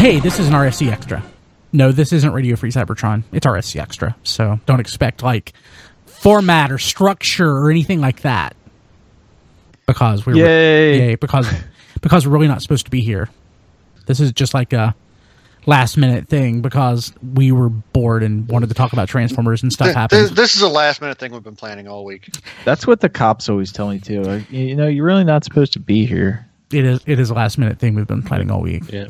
hey, this is an RSC Extra. No, this isn't Radio Free Cybertron. It's RSC Extra. So don't expect like format or structure or anything like that. Because we're Yay. yay, because because we're really not supposed to be here. This is just like a last minute thing because we were bored and wanted to talk about Transformers and stuff Th- th- happened. this is a last minute thing we've been planning all week. That's what the cops always tell me too. Like, you know, you're really not supposed to be here. It is it is a last minute thing we've been planning all week. Yeah.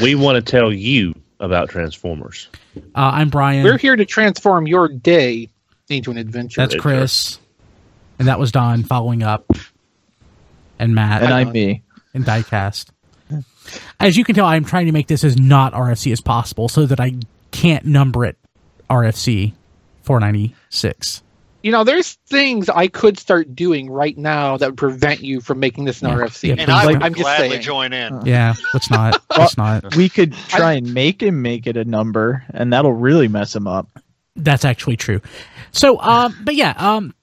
We want to tell you about Transformers. Uh, I'm Brian. We're here to transform your day into an adventure. That's Chris. And that was Don following up. And Matt And I'm me. and Diecast. As you can tell, I'm trying to make this as not RFC as possible so that I can't number it RFC 496. you know, there's things I could start doing right now that would prevent you from making this an Yeah, RFC. yeah, And I Like- would I'm just gladly saying. join in. Yeah, let's not. Let's not. We could try and make him make it a number, and that'll really mess him up. That's actually true. So, um, but yeah, um,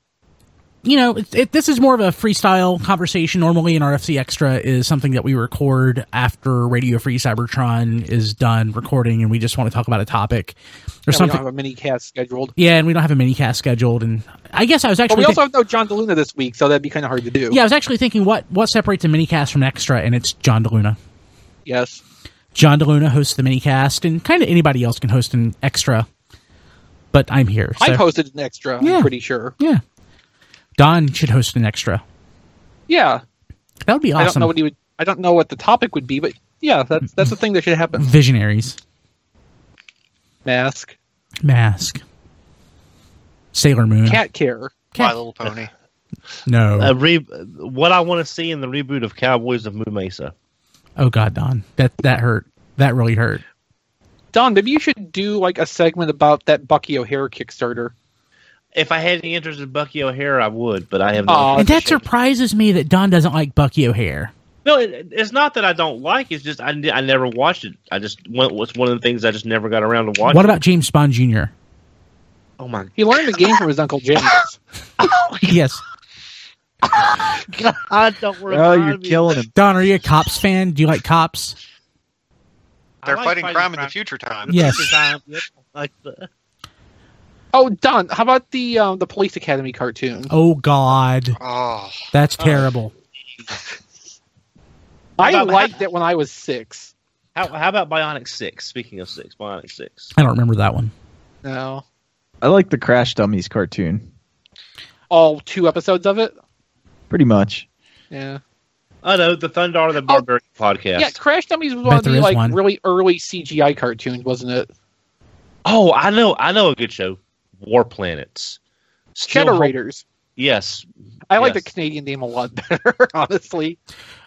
you know, it, it, this is more of a freestyle conversation. Normally, an RFC Extra is something that we record after Radio Free Cybertron is done recording, and we just want to talk about a topic or Yeah, We something. don't have a mini cast scheduled. yeah, and we don't have a mini cast scheduled. And I guess I was But actually we thi- also have no John DeLuna this week, so that'd be kind of hard to do. yeah, I was actually thinking what what separates a minicast from an extra, and it's John DeLuna. Yes. John DeLuna hosts the minicast, and kind of anybody else can host an extra. But I'm here. So, I posted an extra, Yeah. I'm pretty sure. yeah, Don should host an extra. Yeah. That would be I don't awesome. know what he would I don't know what the topic would be, but yeah, that's that's the thing that should happen. Visionaries, Mask. Mask, Sailor Moon. Cat Uh, care. My Cat- Little Pony. No. A re- what I want to see in the reboot of Cowboys of Moo Mesa. oh God, Don, that that hurt. That really hurt. Don, maybe you should do like a segment about that Bucky O'Hare Kickstarter. If I had any interest in Bucky O'Hara, I would, but I have Aw. not. and that surprises me that Don doesn't like Bucky O'Hare. No, it, it's not that I don't like. It's just I, ne- I never watched it. I just went. It's one of the things I just never got around to watching. What about James Bond Jr.? Oh my He learned the game from his Uncle James. Yes. god! Don't worry. Oh, you're killing him. Don, are you a cops fan? Do you like cops? They're fighting, crime in the future time. Yes. Oh, Don, how about the um, the Police Academy cartoon? Oh God, Oh, that's terrible. I about- liked it when I was six. How, how about Bionic Six? Speaking of Six, Bionic Six. I don't remember that one. No, I like the Crash Dummies cartoon, all two episodes of it. pretty much. Yeah, Oh no, the Thunder of the Barbarian podcast. yeah. Crash Dummies was Bet one of there the is like one. really early CGI cartoons, wasn't it? Oh, I know, I know a good show. War Planets. Still Shadow hope- Raiders. Yes. I like the Yes. Canadian name a lot better, honestly.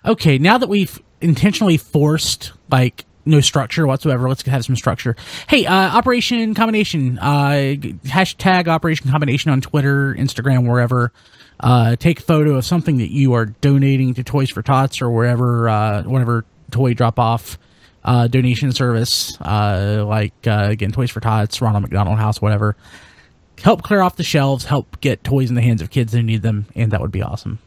Okay, now that we've intentionally forced like no structure whatsoever, let's have some structure. Hey, uh, Operation Combination, uh, hashtag Operation Combination on Twitter, Instagram, wherever. Uh, take a photo of something that you are donating to Toys for Tots or wherever, uh, whatever toy drop off uh, donation service, uh, like uh, again Toys for Tots, Ronald McDonald House, whatever. Help clear off the shelves, help get toys in the hands of kids who need them, and that would be awesome.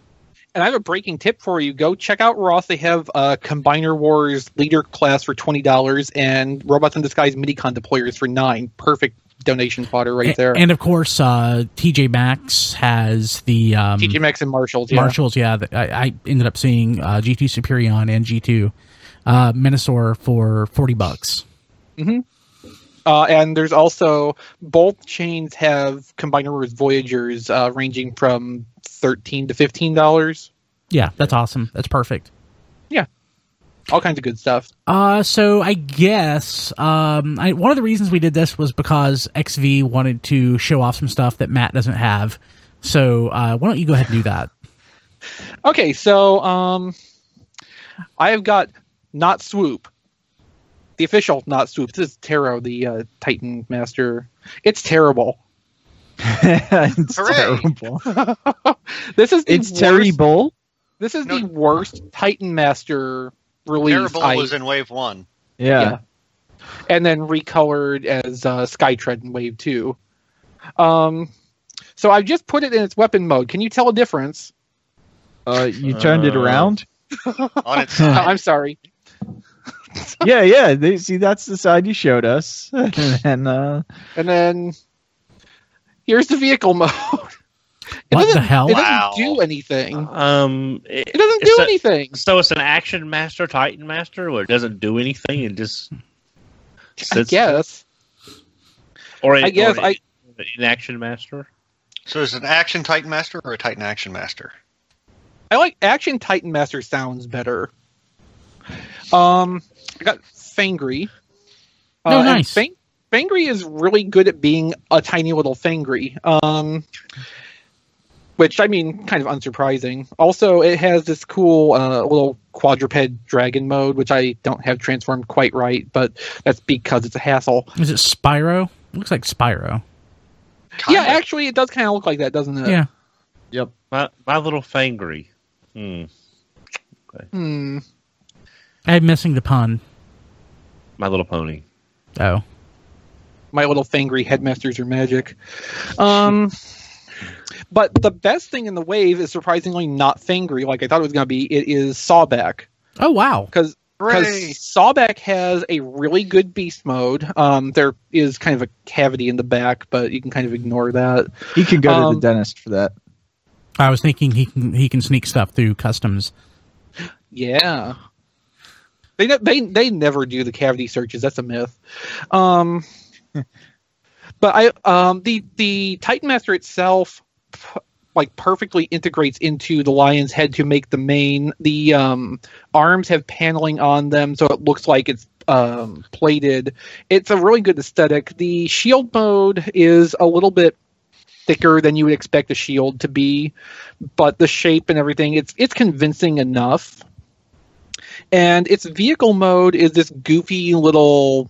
And I have a breaking tip for you. Go check out Roth. They have uh, Combiner Wars leader class for twenty dollars and Robots in Disguise MiniCon deployers for nine. Perfect donation fodder right A- there. And, of course, uh, TJ Maxx has the um, TJ Maxx and Marshalls. Yeah. Marshalls. Yeah, that I, I ended up seeing uh, G2 Superion and G2 uh, Minosaur for forty bucks. Uh, and there's also both chains have combiner wars voyagers uh, ranging from thirteen to fifteen dollars. Yeah, that's awesome. That's perfect. All kinds of good stuff. Uh, so I guess um, I, one of the reasons we did this was because XV wanted to show off some stuff that Matt doesn't have. So uh, why don't you go ahead and do that? Okay, so um, I have got not swoop, the official not swoop. This is Taro, the uh, Titan Master. It's terrible. it's Hooray. terrible. This is the It's worst, terrible. This is No. the worst Titan Master release. Terrible I- was in wave one. Yeah. Yeah. and then recolored as uh, Skytread in Wave Two. Um, so I've just put it in its weapon mode. Can you tell a difference? Uh, you turned it Uh, around. On its Uh, side. I'm sorry. yeah, yeah. They, see, that's the side you showed us, and uh, and then here's the vehicle mode. It What the doesn't- hell? It doesn't Wow. do anything. Um, It doesn't do so, anything. So it's an action master, Titan master, where it doesn't do anything and just. I sits- guess. Or I guess or I- an action master. So is it an action Titan Master or a Titan Action Master? I like Action Titan Master sounds better. Um, I got Fangry. Oh, and nice. Fang- Fangry is really good at being a tiny little Fangry. Um, which I mean, kind of unsurprising. Also, it has this cool uh, little quadruped dragon mode, which I don't have transformed quite right, but that's because it's a hassle. Is it Spyro? Looks like Spyro. yeah, Kinda. actually, it does kind of look like that, doesn't it? Yeah. yep. My my little fangry. Hmm. Hmm. I'm missing the pun. My little pony. Oh. my little fangry headmasters are magic. Um, but the best thing in the wave is surprisingly not fangry like I thought it was going to be. It is Sawback Oh wow. because Hooray! Sawback has a really good beast mode. Um, there is kind of a cavity in the back, but you can kind of ignore that. You can go to Um, the dentist for that. I was thinking he can he can sneak stuff through customs. Yeah. They, ne- they they never do the cavity searches. That's a myth. Um, but I um, the the Titan Master itself p- like perfectly integrates into the lion's head to make the main. The um, arms have paneling on them, so it looks like it's um, plated. It's a really good aesthetic. The shield mode is a little bit thicker than you would expect a shield to be, but the shape and everything it's it's convincing enough and its vehicle mode is this goofy little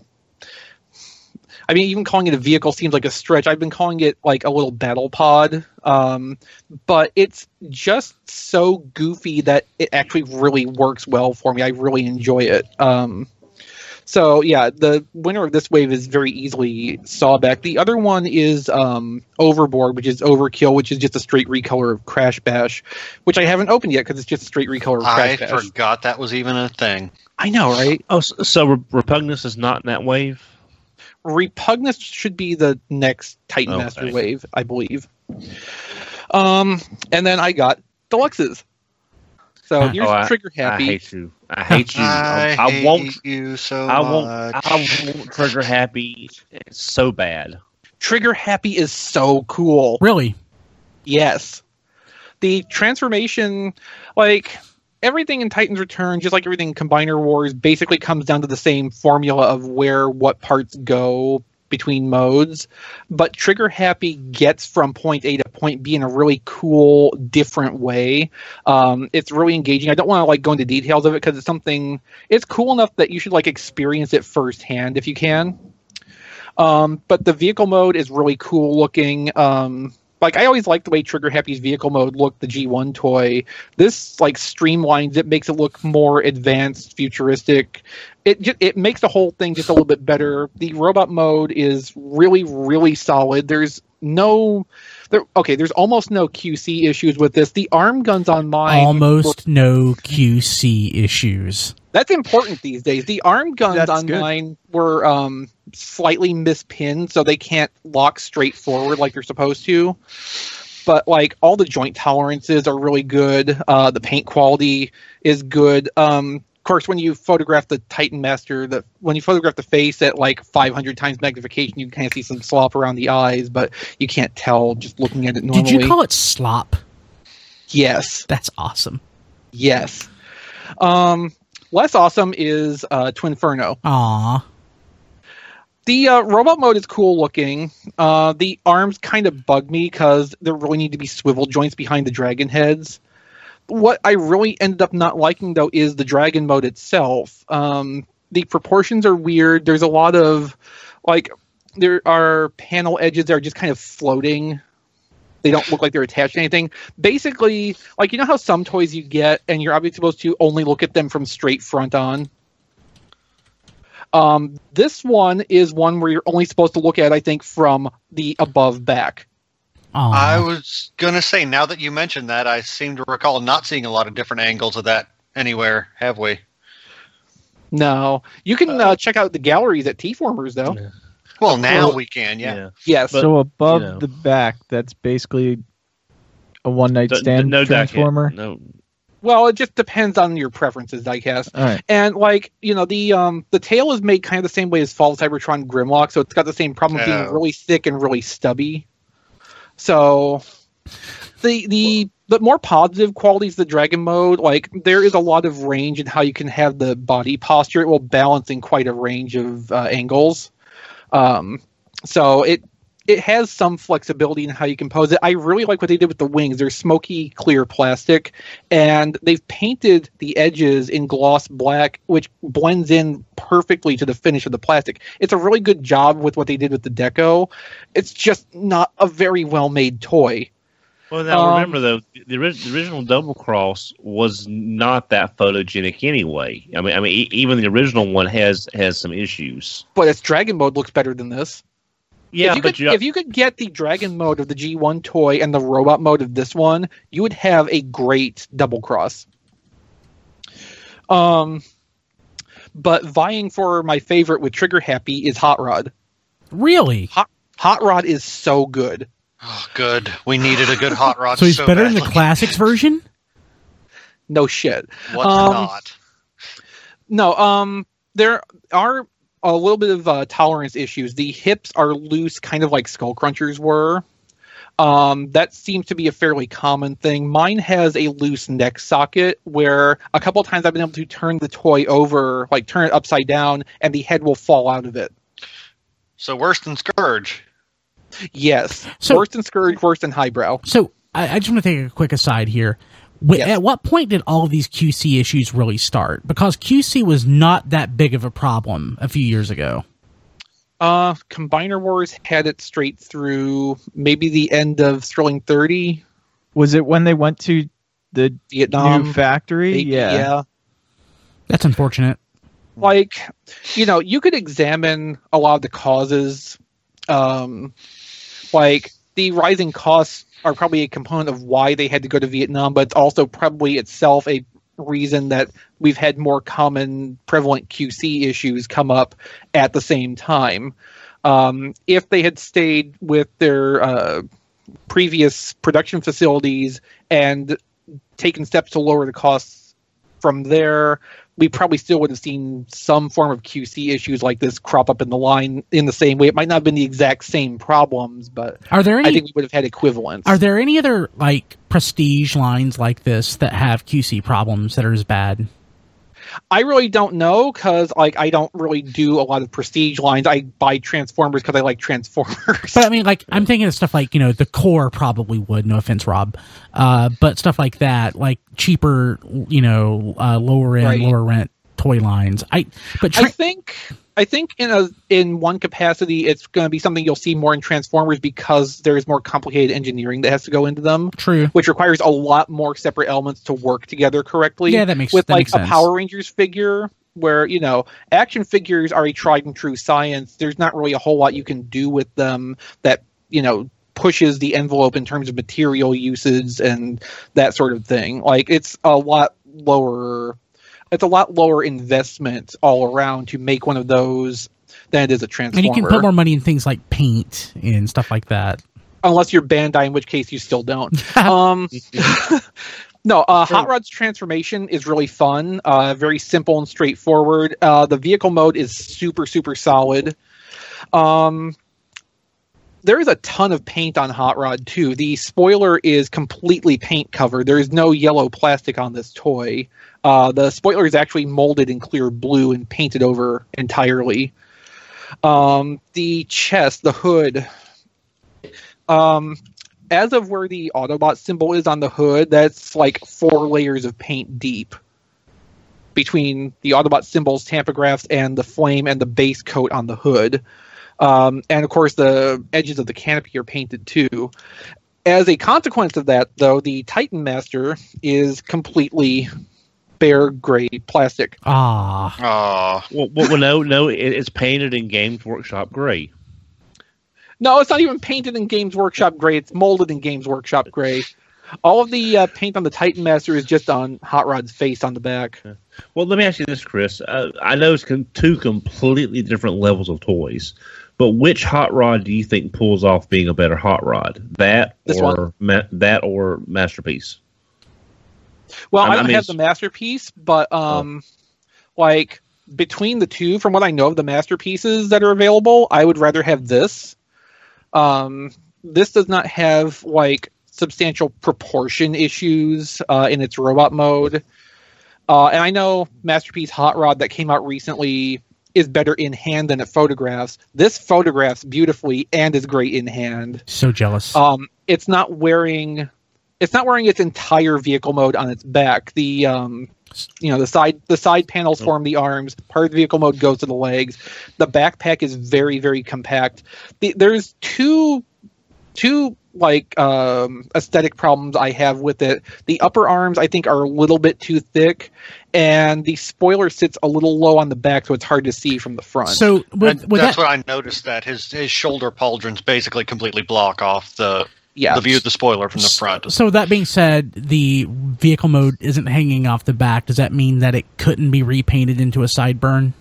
i mean even calling it a vehicle seems like a stretch i've been calling it like a little battle pod um, but it's just so goofy that it actually really works well for me i really enjoy it um, so yeah the winner of this wave is very easily sawback the other one is um, overboard which is overkill which is just a straight recolor of crash bash which i haven't opened yet because it's just a straight recolor of I crash bash forgot that was even a thing. i know right Oh, so, so Re- Repugnus is not in that wave. Repugnus should be the next Titan Okay. Master wave, I believe. Um, and then I got deluxes. So Uh, here's oh, I- Trigger Happy. I hate you. I hate you. I, I, I hate won't. you so I won't. much. I won't trigger happy so bad. Trigger Happy is so cool. Really? Yes. The transformation, like everything in Titan's Return, just like everything in Combiner Wars, basically comes down to the same formula of where what parts go between modes. But Trigger Happy gets from point A to point B in a really cool, different way. Um, it's really engaging. I don't want to like go into details of it because it's something. It's cool enough that you should like experience it firsthand if you can. Um, but the vehicle mode is really cool looking. Um, like I always liked the way Trigger Happy's vehicle mode looked, the G1 toy. This like streamlines it, makes it look more advanced, futuristic. It ju- it makes the whole thing just a little bit better. The robot mode is really really solid. There's no there okay, there's almost no QC issues with this. The arm guns on mine Almost no QC issues. that's important these days. The arm guns That's on good. mine were um, slightly mispinned, so they can't lock straight forward like they're supposed to. But like all the joint tolerances are really good. Uh, the paint quality is good. Um, of course, when you photograph the Titan Master, the when you photograph the face at like 500 times magnification, you can kind of see some slop around the eyes, but you can't tell just looking at it normally. Did you call it slop? yes. That's awesome. Yes. Um, less awesome is uh, Twinferno. Aw. The uh, robot mode is cool looking. Uh, the arms kind of bug me because there really need to be swivel joints behind the dragon heads. What I really ended up not liking though is the dragon mode itself. Um, the proportions are weird. There's a lot of like there are panel edges that are just kind of floating. They don't look like they're attached to anything. Basically, like you know how some toys you get and you're obviously supposed to only look at them from straight front on. Um, this one is one where you're only supposed to look at, I think, from the above back. Aw. I was gonna say. Now that you mentioned that, I seem to recall not seeing a lot of different angles of that anywhere. Have we? No, you can uh, check out the galleries at T-Formers though. Yeah. Well, now Well, we can. Yeah. Yes, But- so above you know. the back, that's basically a one night D- d- stand no dock yet. transformer. No, well, it just depends on your preferences, I guess. All right. And like you know, the um the tail is made kind of the same way as Fall of Cybertron Grimlock, so it's got the same problem of being Oh. really thick and really stubby. So the the the more positive qualities of the dragon mode, like there is a lot of range in how you can have the body posture. It will balance in quite a range of uh, angles. Um, so it it has some flexibility in how you can pose it. I really like what they did with the wings. They're smoky clear plastic, and they've painted the edges in gloss black, which blends in perfectly to the finish of the plastic. It's a really good job with what they did with the deco. It's just not a very well made toy. Well, now Um, remember though, the, ori- the original Double Cross was not that photogenic anyway. I mean, I mean, e- even the original one has has some issues. But its dragon mode looks better than this. Yeah, if you but could, you, if you could get the dragon mode of the G1 toy and the robot mode of this one, you would have a great double cross. Um, but vying for my favorite with Trigger Happy is Hot Rod. Really? Hot Rod is so good. Oh, good. We needed a good hot rod. So he's better than the badly. classics version. No shit. What's Um, not? No, um, there are a little bit of uh, tolerance issues. The hips are loose, kind of like Skull Crunchers were. Um, that seems to be a fairly common thing. Mine has a loose neck socket where a couple of times I've been able to turn the toy over, like turn it upside down, and the head will fall out of it. So worse than Scourge. Yes, So- worse than Scourge, worse than Highbrow. So I, I just want to take a quick aside here. Wh- Yes. At what point did all of these QC issues really start? Because QC was not that big of a problem a few years ago. Uh, Combiner Wars had it straight through maybe the end of Thrilling Thirty, Was it when they went to the Vietnam. new factory? AP, Yeah. Um, yeah. That's unfortunate. like you know you could examine a lot of the causes um like the rising costs are probably a component of why they had to go to vietnam but it's also probably itself a reason that we've had more common prevalent qc issues come up at the same time um, if they had stayed with their uh, previous production facilities and taken steps to lower the costs from there we probably still would have seen some form of QC issues like this crop up in the line in the same way. It might not have been the exact same problems, but Are there any I think we would have had equivalents. Are there any other like prestige lines like this that have QC problems that are as bad? I really don't know because like I don't really do a lot of prestige lines. I buy Transformers because I like Transformers. But um, I mean, like I'm thinking of stuff like you know the core probably would. No offense, Rob, uh, but stuff like that, like cheaper, you know, uh, lower end, Right. lower rent toy lines. I but I tra- think I think in a in one capacity it's going to be something you'll see more in Transformers because there is more complicated engineering that has to go into them. true. which requires a lot more separate elements to work together correctly. Yeah, that makes- with that like makes a sense. Power Rangers figure where you know action figures are a tried and true science. There's not really a whole lot you can do with them that you know pushes the envelope in terms of material uses and that sort of thing. Like it's a lot lower. It's a lot lower investment all around to make one of those than it is a transformer. And you can put more money in things like paint and stuff like that. unless you're Bandai, in which case you still don't. um, no, uh, Hot Rod's transformation is really fun. Uh, very simple and straightforward. Uh, the vehicle mode is super super solid. Um, there is a ton of paint on Hot Rod too. The spoiler is completely paint covered. There is no yellow plastic on this toy. Uh, the spoiler is actually molded in clear blue and painted over entirely. Um, the chest, the hood, um as of where the autobot symbol is on the hood that's like four layers of paint deep between the autobot symbols tampographs and the flame and the base coat on the hood um, and of course the edges of the canopy are painted too as a consequence of that though the titan master is completely bare gray plastic Ah, Oh, well, well, well, no, no, it, it's painted in Games Workshop gray. no it's not even painted in games workshop gray it's molded in games workshop gray All of the uh, paint on the Titan Master is just on Hot Rod's face on the back. Well, let me ask you this, Chris. Uh, I know it's com- two completely different levels of toys, but which hot rod do you think pulls off being a better hot rod? That This or ma- that or masterpiece? Well, I- I, I don't mean, have the it's- masterpiece, but um, like between the two, from what I know of the masterpieces that are available, I would rather have this. Um, this does not have like substantial proportion issues uh, in its robot mode, uh, and I know masterpiece hot rod that came out recently is better in hand than it photographs. This photographs beautifully and is great in hand So jealous. um, it's not wearing it's not wearing its entire vehicle mode on its back the um, you know the side the side panels form the arms part of the vehicle mode goes to the legs the backpack is very very compact the, there's two two like um, aesthetic problems i have with it the upper arms i think are a little bit too thick and the spoiler sits a little low on the back so it's hard to see from the front so with, And with that's that, what I noticed. That his his shoulder pauldrons basically completely block off the yeah the view of the spoiler from the front. so that being said, the vehicle mode isn't hanging off the back. Does that mean that it couldn't be repainted into a sideburn?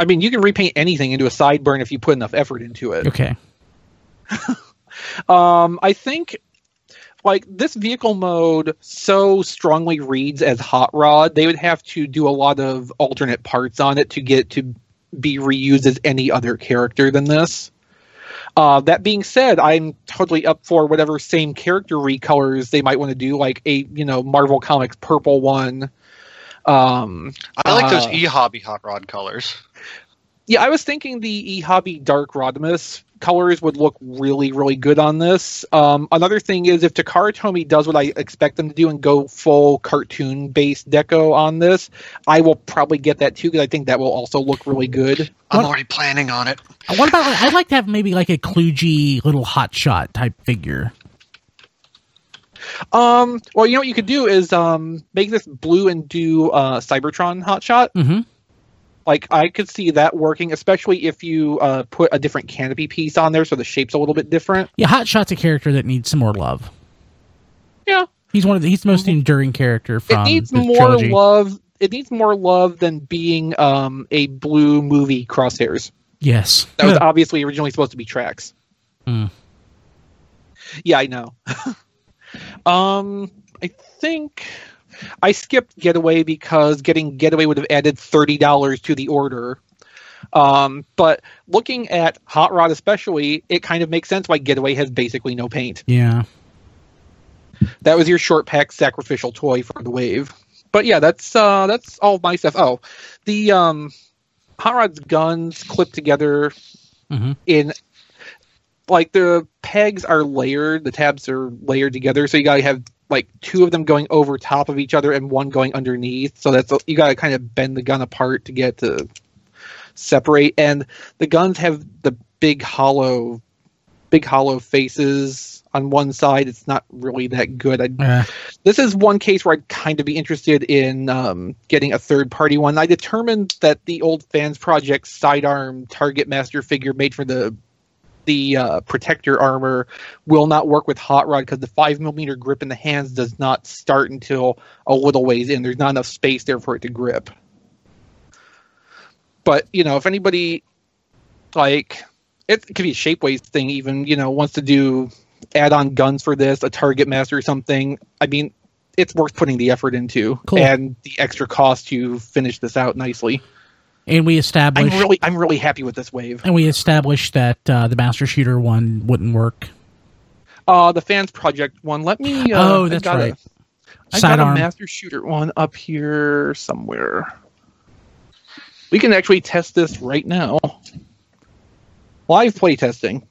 i mean you can repaint anything into a sideburn if you put enough effort into it Okay. Um, I think like this vehicle mode so strongly reads as hot rod, they would have to do a lot of alternate parts on it to get to be reused as any other character than this. Uh, that being said, I'm totally up for whatever same character recolors they might want to do, like a you know Marvel Comics purple one. Um, I like those Uh, e hobby hot rod colors. yeah, I was thinking the e-hobby dark Rodimus colors would look really, really good on this. Um, another thing is if Takara Tomy does what I expect them to do and go full cartoon-based deco on this, I will probably get that too because I think that will also look really good. Uh-huh. I'm What- already planning on it. What about? Like, I'd like to have maybe like a kludgy little hotshot type figure. Um, well, you know what you could do is um, make this blue and do uh, Cybertron Hotshot. Mm-hmm. Like I could see that working, especially if you uh, put a different canopy piece on there so the shape's a little bit different. Yeah, Hotshot's a character that needs some more love. Yeah. He's one of the, he's the most enduring character Mm-hmm. it from needs um, the more trilogy. love it needs more love than being um, a blue movie crosshairs Yes. that was obviously originally supposed to be tracks Hmm. yeah i know um i think i skipped getaway because getting getaway would have added $30 to the order um, but looking at hot rod especially it kind of makes sense why getaway has basically no paint yeah. that was your short pack sacrificial toy for the wave. But yeah, that's uh, that's all my stuff. Oh, the um, hot rod's guns clipped together Mhm. in like the pegs are layered, the tabs are layered together, so you gotta have like two of them going over top of each other and one going underneath. So that's you gotta kind of bend the gun apart to get to separate. And the guns have the big hollow, big hollow faces on one side. It's not really that good. I Uh, this is one case where I'd kind of be interested in um, getting a third party one. I determined that the old fans project sidearm target master figure made for the the uh, protector armor will not work with hot rod because the five millimeter grip in the hands does not start until a little ways in. There's not enough space there for it to grip. But you know, if anybody like it could be a shapeways thing, even you know, wants to do add-on guns for this, a target master or something. I mean, it's worth putting the effort into Cool. and the extra cost to finish this out nicely. and we I'm established really, I'm really happy with this wave. and we established that uh, the Master Shooter one wouldn't work. Uh, the fans project one. Let me. Uh, Oh, I that's got a- right. I Sidearm. got a master shooter one up here somewhere. We can actually test this right now. Live play testing.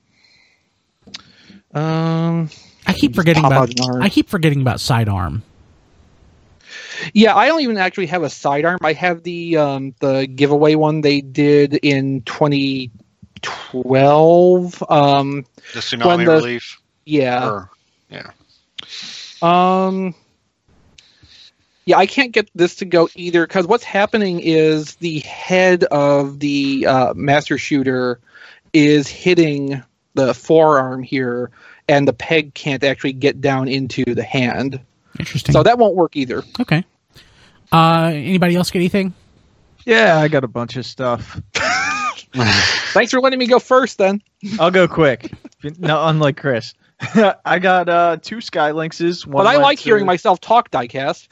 Um. I keep Just forgetting pop about out an arm. I keep forgetting about sidearm. Yeah, I don't even actually have a sidearm. I have the um, the giveaway one they did in 2012. Um, The When tsunami the- relief. yeah. or- Um, yeah, I can't get this to go either because what's happening is the head of the uh, master shooter is hitting the forearm here, and the peg can't actually get down into the hand. Interesting. So that won't work either. okay. Uh, anybody else get anything? Yeah, I got a bunch of stuff. Thanks for letting me go first then. I'll go quick. no, unlike Chris, I got uh, two Skylinxes. One But I went like to- hearing myself talk diecast.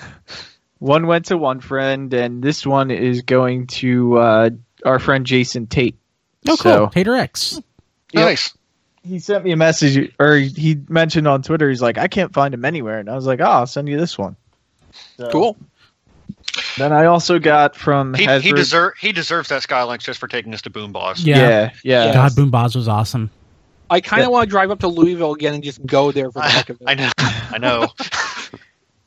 One went to one friend, and this one is going to uh, our friend Jason Tate. Oh, cool. So- Tater X. Yep. Nice. he sent me a message or he mentioned on Twitter he's like I can't find him anywhere and I was like oh I'll send you this one. So- Cool. Then I also got from He, Hasbro- he, deser- he deserves that Skylinks just for taking us to Boom Boss. Yeah. yeah yeah. God, Boom Boz was awesome. I kind Yeah. of want to drive up to Louisville again and just go there for the heck of it. I know. I know.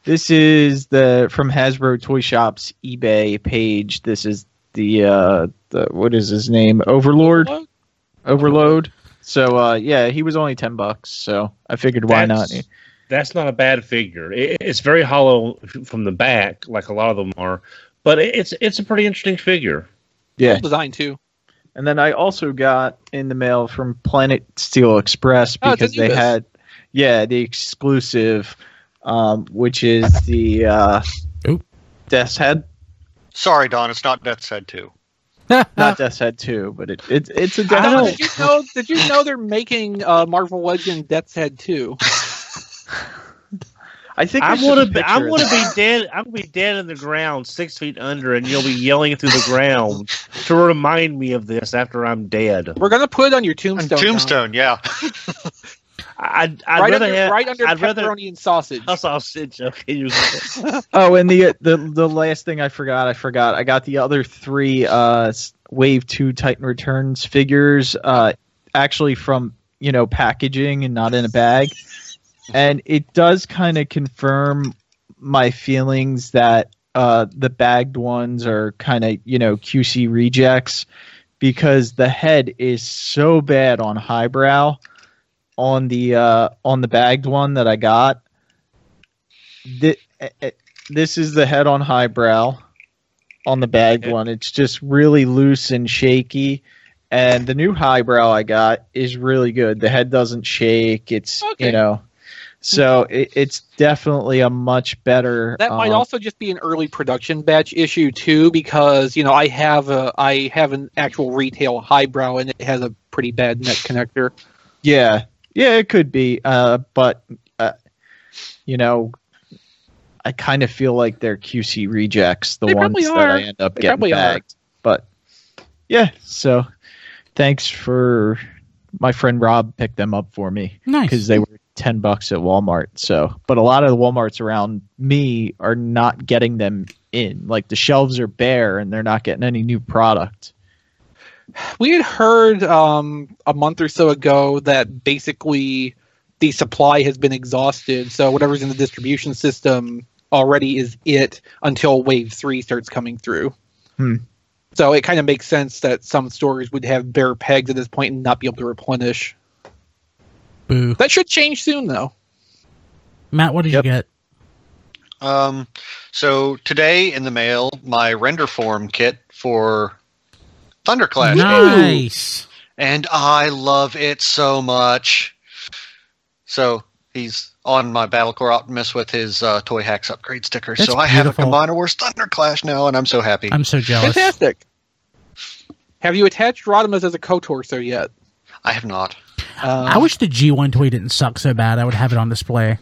This is the from Hasbro Toy Shops eBay page. This is the uh the what is his name Overlord Overload? Overload. So uh yeah he was only ten bucks so I figured why That's- not. That's not a bad figure. It, it's very hollow from the back, like a lot of them are, but it, it's it's a pretty interesting figure. Yeah. Design too. And then I also got in the mail from Planet Steel Express Oh, it's because a they Zubas. had, yeah, the exclusive, um, which is the uh, Oop. Death's Head. Sorry, Don. It's not Death's Head 2. Not Death's Head 2, but it, it, it's a Death's Don, Head. did you know? Did you know they're making uh, Marvel Legend Death's Head too? I think I there's want just a to. I picture of want to that. be dead. I'm gonna be dead in the ground, six feet under, and you'll be yelling through the ground to remind me of this after I'm dead. We're gonna put it on your tombstone. Don. Tombstone, yeah. I, I'd Right rather under, have. right under I'd pepperoni rather. and sausage. I saw shit. Okay, you Oh, and the, the the last thing I forgot, I forgot. I got the other three uh, s- Wave Two Titan Returns figures, uh, actually from you know packaging and not in a bag, and it does kind of confirm my feelings that uh, the bagged ones are kind of you know QC rejects because the head is so bad on highbrow on the uh, on the bagged one that I got. Thi- eh, eh, this is the head on highbrow on the bagged one. It's just really loose and shaky. And the new highbrow I got is really good. The head doesn't shake. It's Okay. you know, so it, it's definitely a much better. That might Uh-huh. um, also just be an early production batch issue too, because you know I have a I have an actual retail highbrow and it has a pretty bad neck connector. Yeah, yeah, it could be. Uh, but uh, you know, I kind of feel like they're QC rejects, the They ones probably that are. I end up They getting probably are. bagged. But yeah, so thanks for my friend Rob picked them up for me because Nice. they were ten bucks at Walmart. So, but a lot of the WalMarts around me are not getting them in. Like the shelves are bare, and they're not getting any new product. We had heard um, a month or so ago that basically the supply has been exhausted, so whatever's in the distribution system already is it until wave three starts coming through. Hmm. So it kind of makes sense that some stores would have bare pegs at this point and not be able to replenish. Boo. That should change soon, though. Matt, what did Yep. you get? Um, so today in the mail, my render form kit for Thunderclash, Nice. and I love it so much. So he's on my Battlecore Optimus with his uh, Toy Hacks upgrade sticker. That's so I have a beautiful. Combiner Wars Thunderclash now, and I'm so happy. I'm so jealous. Fantastic. Have you attached Rodimus as a co-torso yet? I have not. Um, I wish the G1 toy didn't suck so bad. I would have it on display.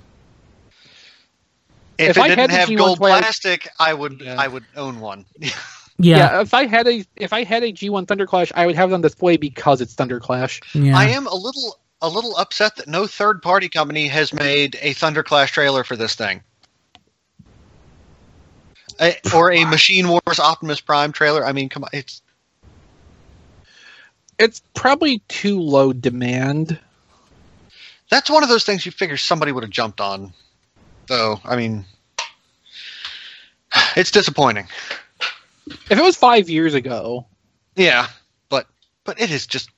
If, If it I had didn't the have G1 gold toy, I would- plastic, I would Yeah. I would own one. Yeah. yeah. If I had a if I had a G1 Thunderclash, I would have it on display because it's Thunderclash. yeah. I am a little a little upset that no third party company has made a Thunderclash trailer for this thing. A- or a Machine Wars Optimus Prime trailer. I mean, come on, it's It's probably too low demand. that's one of those things you figure somebody would have jumped on. Though, I mean, it's disappointing. If it was five years ago, Yeah, but but it is just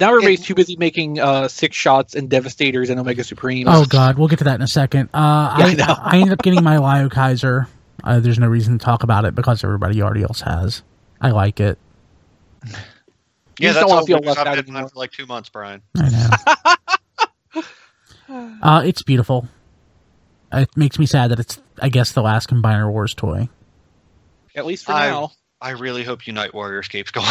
now everybody's too busy making uh, six shots and Devastators and Omega Supreme. Oh God, we'll get to that in a second. Uh, I, I ended up getting my Lyo Kaiser. Uh, there's no reason to talk about it because everybody already else has. I like it. You yeah. just don't That's wanna all feel because left I've out had anymore. mine for like two months, Brian. I know. Uh, it's beautiful. It makes me sad that it's, I guess, the last Combiner Wars toy. At least for I- now. I really hope Unite Warriors keeps going.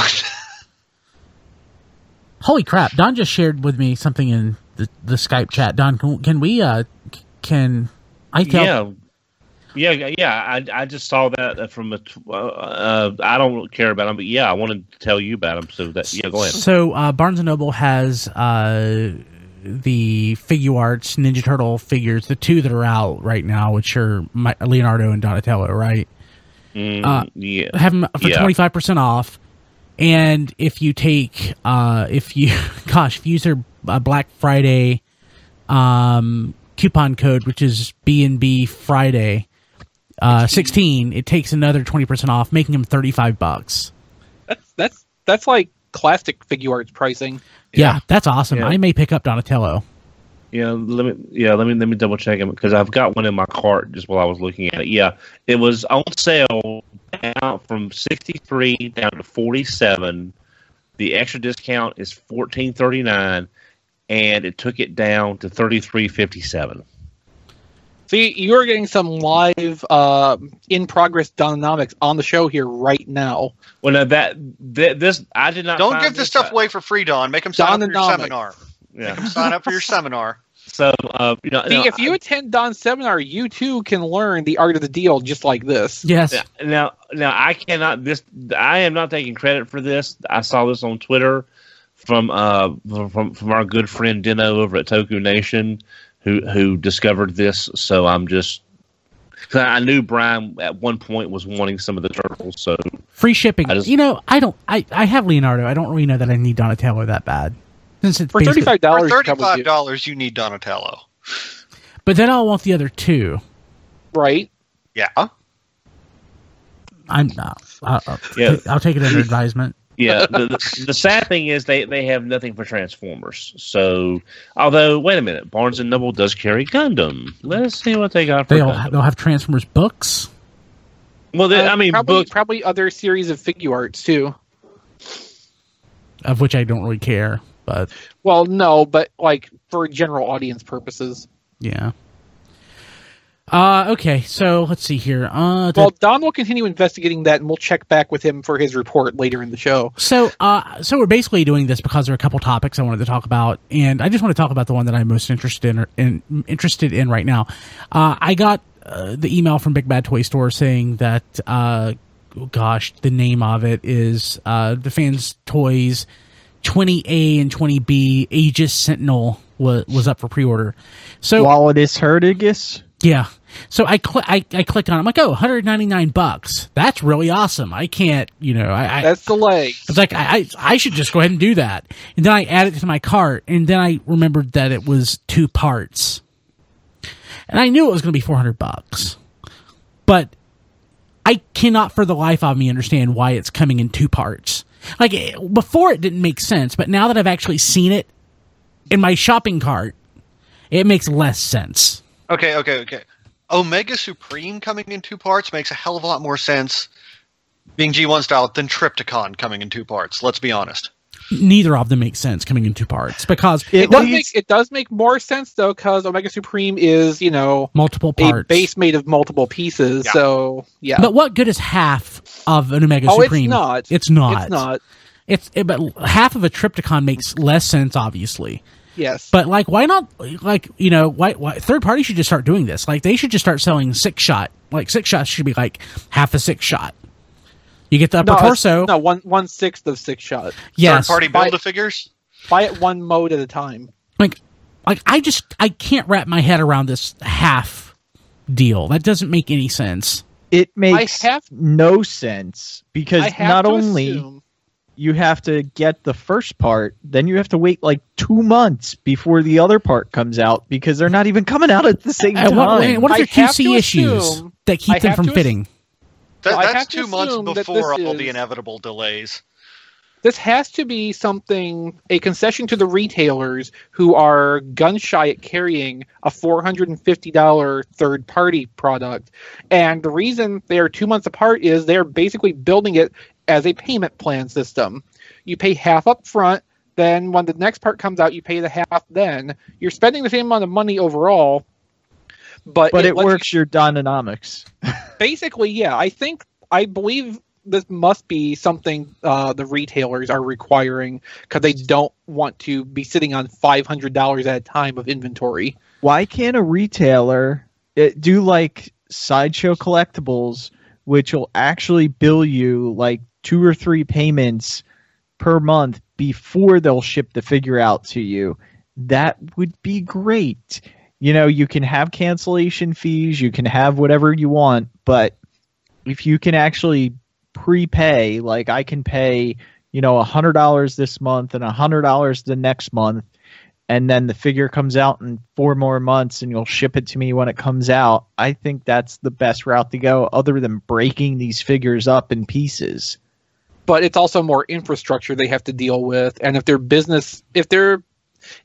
Holy crap! Don just shared with me something in the, the Skype chat. Don, can, can we? Uh, c- can I tell? Yeah. Yeah, yeah, yeah. I, I just saw that from a. tw- Uh, uh, I don't care about them, but yeah, I wanted to tell you about them. So that yeah, go ahead. So uh, Barnes and Noble has uh, the figure arts Ninja Turtle figures, the two that are out right now, which are Mi- Leonardo and Donatello, right? Mm, uh, yeah, have them for Yeah. twenty five percent off. And if you take, uh, if you, gosh, if you use their uh, Black Friday um, coupon code, which is B and B Friday uh, sixteen, it takes another twenty percent off, making them thirty five bucks. That's that's that's like classic figure arts pricing. Yeah, that's awesome. Yeah. I may pick up Donatello. yeah. Let me yeah let me let me double check them because I've got one in my cart just while I was looking at it. Yeah, it was on sale out from sixty three down to forty seven. The extra discount is fourteen thirty nine, and it took it down to thirty three fifty seven. See, you're getting some live uh, in progress dynamics on the show here right now. Well, now that th- this I did not. Don't find give this stuff out. away for free, Don. Make them sign up for your Donomic. seminar. Yeah. Sign up for your seminar. So uh, you know, See, now, if you attend Don's seminar, you too can learn the art of the deal just like this. Yes, Yeah, now now I cannot this I am not taking credit for this. I saw this on Twitter from uh from from our good friend Dino over at Toku Nation who who discovered this. So I'm just 'cause I knew Brian at one point was wanting some of the turtles. So free shipping. I just- you know, I don't. I, I have Leonardo. I don't really know that I need Donatello that bad. Since it's For basically- thirty-five For dollars, thirty-five dollars, you need Donatello. but then I'll want the other two. right? Yeah. I'm not. Uh, uh, Yeah. I'll take it under advisement. yeah, the, the, the sad thing is they they have nothing for Transformers. So although wait a minute, Barnes and Noble does carry Gundam. Let's see what they got for They'll Gundam. they'll have Transformers books. well, they, Uh, I mean, probably, books. probably other series of figure arts too. of which I don't really care, but Well, no, but like for general audience purposes. yeah. Uh, okay, so let's see here. Uh, Well, Don will continue investigating that, and we'll check back with him for his report later in the show. so uh, so we're basically doing this because there are a couple topics I wanted to talk about, and I just want to talk about the one that I'm most interested in, or in interested in right now. Uh, I got uh, the email from Big Bad Toy Store saying that, uh, oh gosh, the name of it is uh, the fans toys. 20A and 20B Aegis Sentinel was was up for pre-order. So Walidus Herdigus. Yeah. So I, cl- I I clicked on. it. I'm like, oh, 199 bucks. That's really awesome. I can't, you know, I, I That's the leg. it's like I, I I should just go ahead and do that. And then I added it to my cart, and then I remembered that it was two parts, and I knew it was going to be 400 bucks, but I cannot for the life of me understand why it's coming in two parts. Like it- before, it didn't make sense, but now that I've actually seen it in my shopping cart, it makes less sense. Okay. Okay. Okay. Omega Supreme coming in two parts makes a hell of a lot more sense, being G1 style, than Triptychon coming in two parts. Let's be honest. neither of them makes sense coming in two parts because It does make it does make more sense though, because Omega Supreme is you know multiple a parts. base made of multiple pieces. Yeah. So yeah, But what good is half of an Omega oh, Supreme? it's not. It's not. It's not. It's it, but half of a Triptychon makes less sense, obviously. Yes. But like, why not? Like, you know, why, why third party should just start doing this? Like, they should just start selling six shot. Like, six shots should be like half a six shot. You get the upper no, it's- torso. no one one sixth of six shot. yes, Third party By- build a figures. Buy it one mode at a time. like like i just i can't wrap my head around this half deal that doesn't make any sense It makes have- no sense I because have not to only assume- you have to get the first part, then you have to wait like two months before the other part comes out because they're not even coming out at the same And time. what, and what I if there are have to qc issues assume- that keep I them have from to fitting That, Well, I that's have to two months assume that before this all is- the inevitable delays. This has to be something a concession to the retailers who are gun shy at carrying a four hundred and fifty dollar third party product, and the reason they are two months apart is they are basically building it as a payment plan system. You pay half up front, Then when the next part comes out, you pay the half. Then you're spending the same amount of money overall, but But it, lets you works your Dynamics. basically, yeah, I think I believe this must be something uh, the retailers are requiring because they don't want to be sitting on five hundred dollars at a time of inventory. Why can't a retailer it, do like sideshow collectibles, which will actually bill you like two or three payments per month before they'll ship the figure out to you? That would be great. You know, you can have cancellation fees, you can have whatever you want, but if you can actually prepay, like I can pay, you know, a hundred dollars this month and a hundred dollars the next month, and then the figure comes out in four more months and you'll ship it to me when it comes out. I think that's the best route to go, other than breaking these figures up in pieces. But it's also more infrastructure they have to deal with, and if their business, if their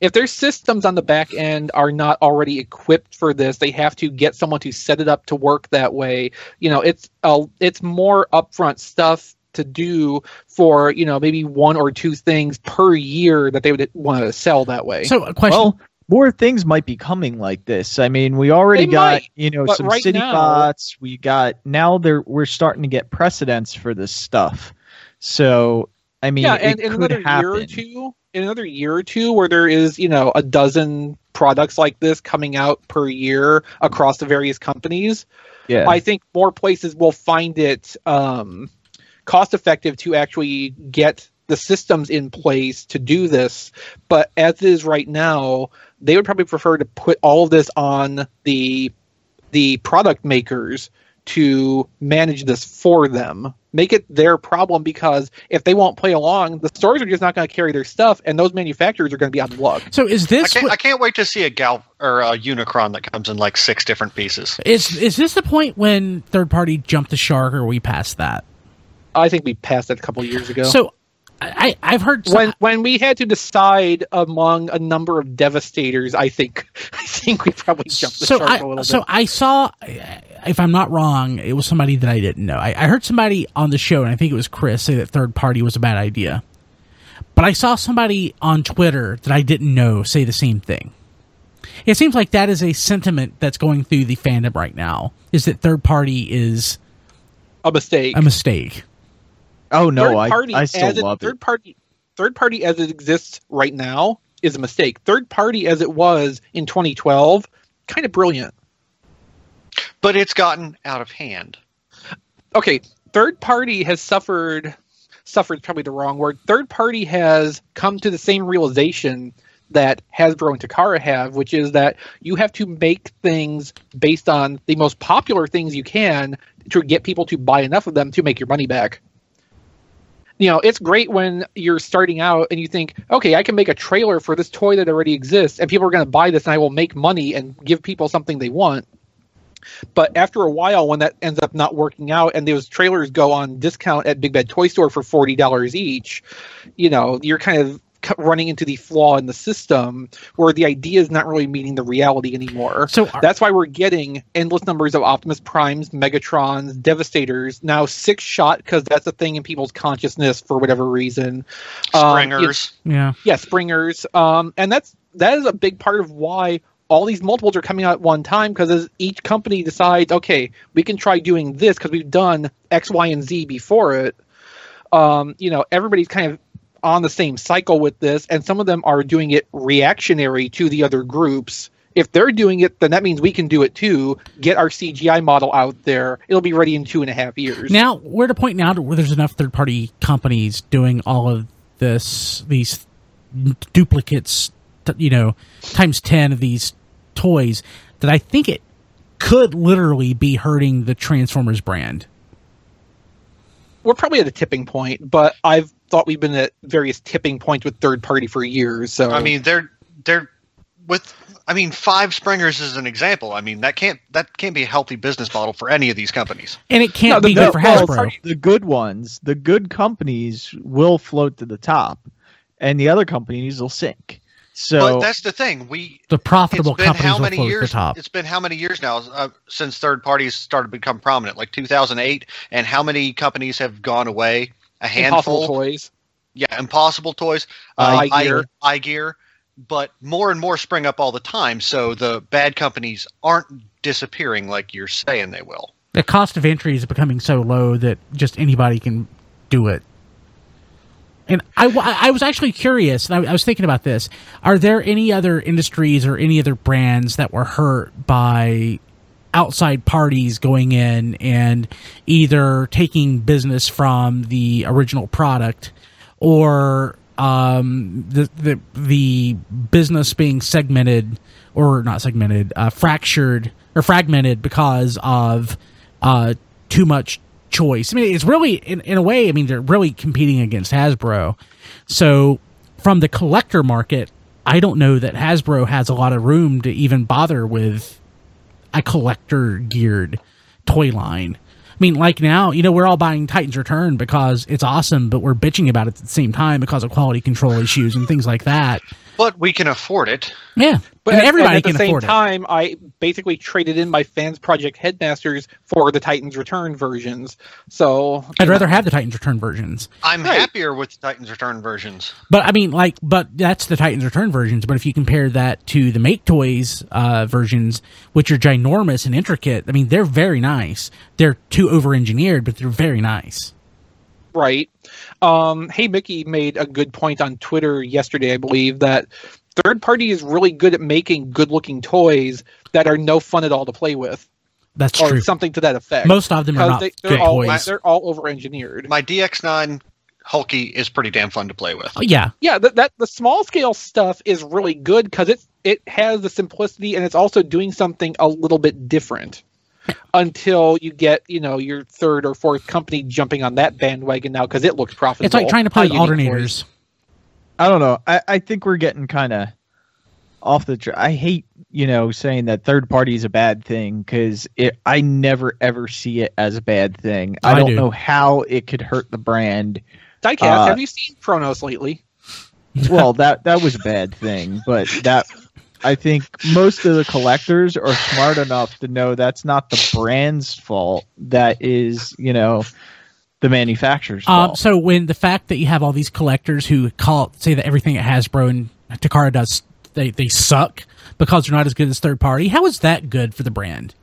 if their systems on the back end are not already equipped for this, they have to get someone to set it up to work that way. You know, it's uh, it's more upfront stuff to do for you know maybe one or two things per year that they would want to sell that way. So, a question. Well, more things might be coming like this. I mean, we already They got might, you know but some right city now- bots. We got now there we're starting to get precedents for this stuff. So I mean, yeah, it and in could another happen. year or two, in another year or two, where there is you know a dozen products like this coming out per year across the various companies, Yeah. I think more places will find it um, cost effective to actually get the systems in place to do this. But as it is right now, they would probably prefer to put all of this on the the product makers to manage this for them. Make it their problem because if they won't play along, the stores are just not going to carry their stuff, and those manufacturers are going to be out of luck. so is I this can't, what- I can't wait to see a gal or a Unicron that comes in like six different pieces. is is this the point when third party jumped the shark, or we passed that? I think we passed that a couple years ago. So, I I- I've heard some, when when we had to decide among a number of devastators, I think I think we probably jumped the so shark I, a little so bit. I saw, if I'm not wrong, it was somebody that I didn't know. I, I heard somebody on the show, and I think it was Chris, say that third party was a bad idea. But I saw somebody on Twitter that I didn't know say the same thing. It seems like that is a sentiment that's going through the fandom right now. Is that third party is A mistake. a mistake? oh no, third I, party I still as it, love it. third party third party as it exists right now is a mistake. Third party as it was in 2012, kind of brilliant. But it's gotten out of hand. Okay, third party has suffered suffered is probably the wrong word. Third party has come to the same realization that Hasbro and Takara have, which is that you have to make things based on the most popular things you can to get people to buy enough of them to make your money back. You know, it's great when you're starting out and you think, okay, I can make a trailer for this toy that already exists and people are going to buy this and I will make money and give people something they want. But after a while, when that ends up not working out, and those trailers go on discount at Big Bad Toy Store for forty dollars each, you know, you're kind of cu- running into the flaw in the system where the idea is not really meeting the reality anymore. So are, That's why we're getting endless numbers of Optimus Primes, Megatrons, Devastators, now six shot because that's a thing in people's consciousness for whatever reason. Um, you know, Springers. yeah. yeah, springers. Um, and that's that is a big part of why all these multiples are coming out at one time because as each company decides, okay, we can try doing this because we've done X, Y, and Z before it. Um, you know, everybody's kind of on the same cycle with this, and some of them are doing it reactionary to the other groups. If they're doing it, then that means we can do it too. Get our CGI model out there; it'll be ready in two and a half years. Now we're at a point now to where there's enough third party companies doing all of this, these duplicates, t- you know, times ten of these toys that I think it could literally be hurting the Transformers brand. we're probably at a tipping point, but I've thought we've been at various tipping points with third party for years. So I mean, they're they're with. I mean, five Springers is an example. I mean, that can't that can't be a healthy business model for any of these companies. And it can't No, the- be no, good for well, Hasbro. party- the good ones, the good companies will float to the top, and the other companies will sink. So but that's the thing. We the it's profitable been how companies will many float years? the top. It's been how many years now uh, since third parties started to become prominent, like 2008, and how many companies have gone away? A Impossible handful. toys. yeah, Impossible Toys, Uh, uh, iGear. iGear, iGear, but more and more spring up all the time. So the bad companies aren't disappearing like you're saying they will. The cost of entry is becoming so low that just anybody can do it. And I, wa- I was actually curious, and I, I was thinking about this. Are there any other industries or any other brands that were hurt by outside parties going in and either taking business from the original product or um, the, the the business being segmented or not segmented, uh, fractured or fragmented because of uh, too much choice. I mean, it's really in, in a way. I mean, they're really competing against Hasbro. So from the collector market, I don't know that Hasbro has a lot of room to even bother with a collector geared toy line. I mean, like now, you know, we're all buying Titan's Return because it's awesome, but we're bitching about it at the same time because of quality control issues and things like that. But we can afford it. Yeah, But and at, everybody and at the can same afford it. time, I basically traded in my fans project headmasters for the Titans Return versions. So I'd rather have the Titans Return versions. I'm Right. happier with the Titans Return versions. But I mean, like, but that's the Titans Return versions. But if you compare that to the Make Toys uh, versions, which are ginormous and intricate, I mean, they're very nice. They're too over engineered, but they're very nice. Right. Um, hey, Mickey made a good point on Twitter yesterday, I believe, that third party is really good at making good looking toys that are no fun at all to play with, That's or true. something to that effect. Most of them are because not they, good they're, all, toys. they're all over engineered. My DX9 Hulky is pretty damn fun to play with. Oh, yeah, Yeah, that, that the small scale stuff is really good because it it has the simplicity and it's also doing something a little bit different. Until you get you know your third or fourth company jumping on that bandwagon now because it looks profitable. it's like trying to play with How unique toys. alternators. I don't know. I, I think we're getting kind of off the track. I hate, you know, saying that third party is a bad thing because I never ever see it as a bad thing. I, I don't do. know how it could hurt the brand. Diecast, Uh, have you seen Chronos lately? Well, that that was a bad thing, but that I think most of the collectors are smart enough to know that's not the brand's fault. That is, you know, the manufacturer's Um, fault. so when the fact that you have all these collectors who call say that everything at Hasbro and Takara does they they suck because they're not as good as third party, how is that good for the brand?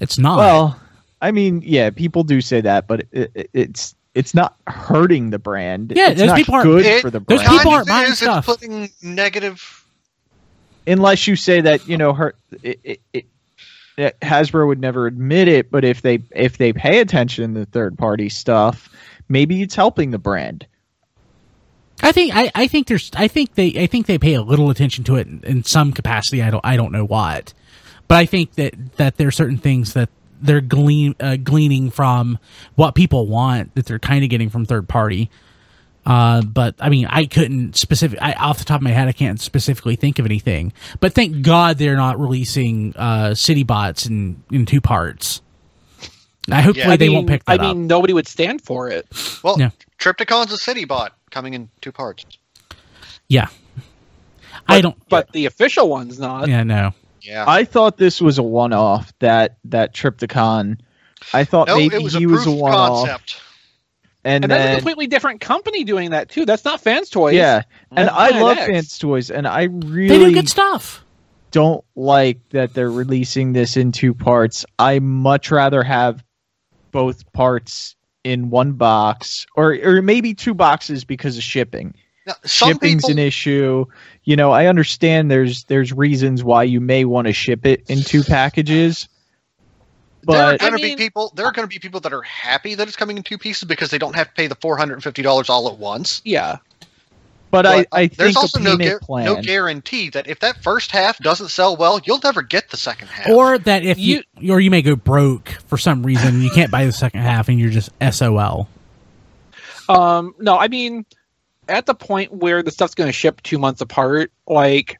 It's not. Well, I mean, yeah, people do say that, but it, it, it's it's not hurting the brand. Yeah, it's those not people aren't- good It- for the those brand. people Kind aren't buying is, stuff. It's putting negative. unless you say that you know her it, it, it, that Hasbro would never admit it, but if they if they pay attention to third party stuff, maybe it's helping the brand. I think I, I think there's I think they I think they pay a little attention to it in, in some capacity. I don't I don't know what, but I think that that there are certain things that they're glean, uh, gleaning from what people want that they're kind of getting from third party. Uh, but I mean, I couldn't specific. I, off the top of my head, I can't specifically think of anything. But thank God they're not releasing uh, City Bots in in two parts. I hopefully I they mean, won't pick that I up. mean, nobody would stand for it. Well, Yeah. Triptychon's a city bot coming in two parts. Yeah, I don't. But the official one's not. yeah, no. Yeah. I thought this was a one off that that Tripticon. I thought no, maybe it was a he proof was a of one off, concept. and, And, that's a then completely different company doing that too. That's not fans toys. yeah, and That's I Planet love X. Fans Toys, and They I do really good stuff. don't like that they're releasing this in two parts. I much rather have both parts in one box or or maybe two boxes because of shipping. Now, some Shipping's people, an issue. You know, I understand there's there's reasons why you may want to ship it in two packages. there are But I going to mean- be people. There are going to be people that are happy that it's coming in two pieces because they don't have to pay the four hundred and fifty dollars all at once. Yeah. but I, But I think There's also a no payment guar- plan. no guarantee that if that first half doesn't sell well, you'll never get the second half. Or that if you, or you may go broke for some reason, you can't buy the second half, and you're just SOL. Um, no, I mean, at the point where the stuff's going to ship two months apart, like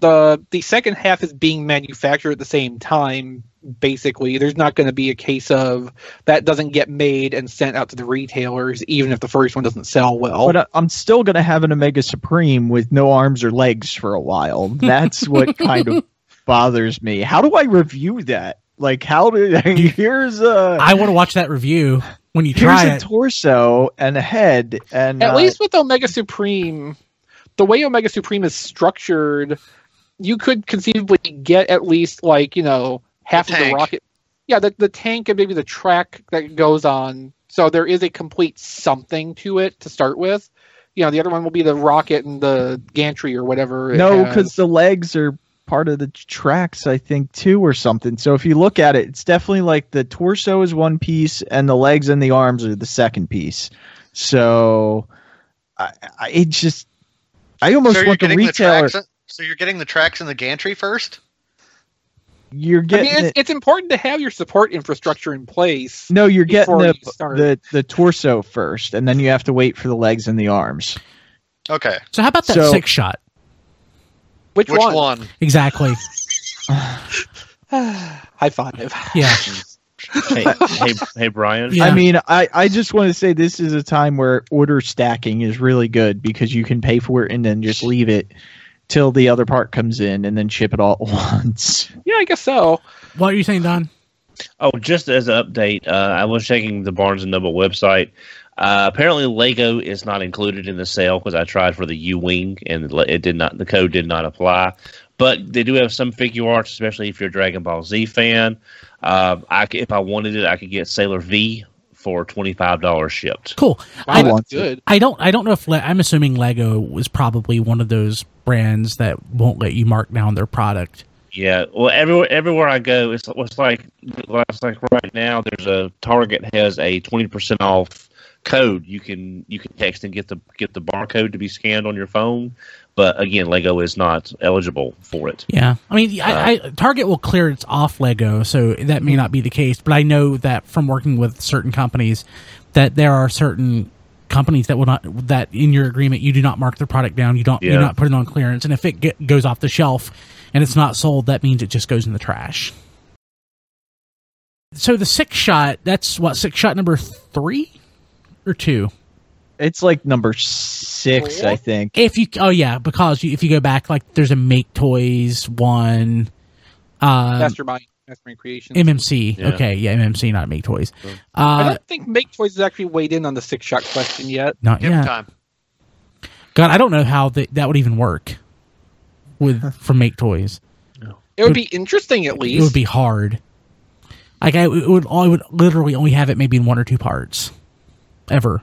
the the second half is being manufactured at the same time. Basically, there's not going to be a case of that doesn't get made and sent out to the retailers, even if the first one doesn't sell well. but I, I'm still gonna have an Omega Supreme with no arms or legs for a while. That's what kind of bothers me. How do I review that? Like, how do here's uh I want to watch that review. when you Here's try a it. torso and a head, and At uh, least with Omega Supreme, the way Omega Supreme is structured, you could conceivably get at least like you know half The of the tank. rocket. Yeah, the the tank and maybe the track that goes on. So there is a complete something to it to start with. You know, the other one will be the rocket and the gantry or whatever. it no, has. because the legs are part of the tracks, I think, too, or something. So if you look at it, it's definitely like the torso is one piece, and the legs and the arms are the second piece. So I, I it just, I almost so you're want the getting the retailer. tracks. So you're getting the tracks in the gantry first. you're I getting mean, it's, it- it's important to have your support infrastructure in place. no, you're getting before the, you start. the the torso first, and then you have to wait for the legs and the arms. Okay. So how about that So- six shot? Which, Which one? one? Exactly. High five. Yeah. hey, hey, hey, Brian. Yeah. I mean, I, I just want to say this is a time where order stacking is really good because you can pay for it and then just leave it till the other part comes in and then ship it all at once. Yeah, I guess so. What are you saying, Don? Oh, just as an update, uh, I was checking the Barnes and Noble website. Uh, apparently, Lego is not included in the sale because I tried for the U Wing and le- it did not. The code did not apply. But they do have some figure arts, especially if you're a Dragon Ball Z fan. Um I c if I wanted it, I could get Sailor V for twenty five dollars shipped. Cool. Wow, I- that's want to. good. I don't. I don't know if Le- I'm assuming Lego was probably one of those brands that won't let you mark down their product. Yeah. Well, everywhere everywhere I go, it's, it's like it's like right now. There's a Target has a twenty percent off code. You can you can text and get the get the barcode to be scanned on your phone. But again, Lego is not eligible for it. Yeah, I mean, I, I, Target will clear its off Lego, so that may not be the case. But I know that from working with certain companies, that there are certain companies that will not that in your agreement you do not mark their product down, you don't, you Yeah. not put it on clearance, and if it ge- goes off the shelf and it's not sold, that means it just goes in the trash. So the six shot, that's what six shot number three or two. It's like number six, I think. If you, oh yeah, because you, if you go back, like there's a Make Toys one. Um, Mastermind, Mastermind Creations. MMC. Yeah. Okay, yeah, MMC, not Make Toys. Yeah. I Uh, don't think Make Toys has actually weighed in on the six shot question yet. not Give yet. it time. God, I don't know how th- that would even work with from Make Toys. It would be interesting at least. It would be hard. Like I it would, I would literally only have it maybe in one or two parts, ever,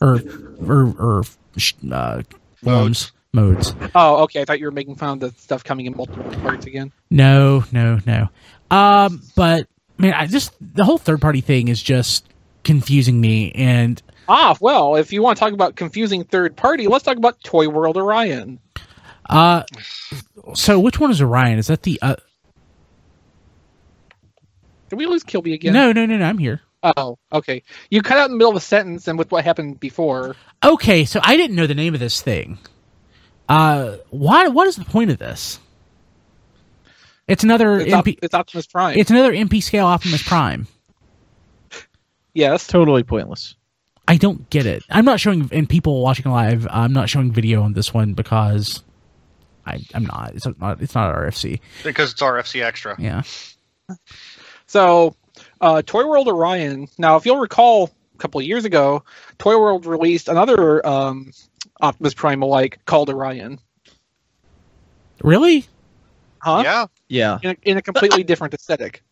or or or sh- uh, forms modes. Oh, okay. I thought you were making fun of the stuff coming in multiple parts again. No, no, no. Um, but man, I just the whole third party thing is just confusing me and Ah, well, if you want to talk about confusing third party, let's talk about Toy World Orion. Uh, so which one is Orion? Is that the uh, Did we lose Kilby again? no, no, no, no? I'm here. Oh, okay. You cut out in the middle of a sentence and with what happened before. Okay, so I didn't know the name of this thing. Uh, why? What is the point of this? It's another It's, Op- MP. it's Optimus Prime. It's another MP scale Optimus Prime. yes. Totally pointless. I don't get it. I'm not showing, and people watching live, I'm not showing video on this one because I, I'm not. It's not. It's not RFC. Because it's RFC extra. Yeah. So, uh, Toy World Orion. Now, if you'll recall, a couple of years ago, Toy World released another um, Optimus Prime alike called Orion. Really? Huh? Yeah. Yeah. in a, in a completely different aesthetic.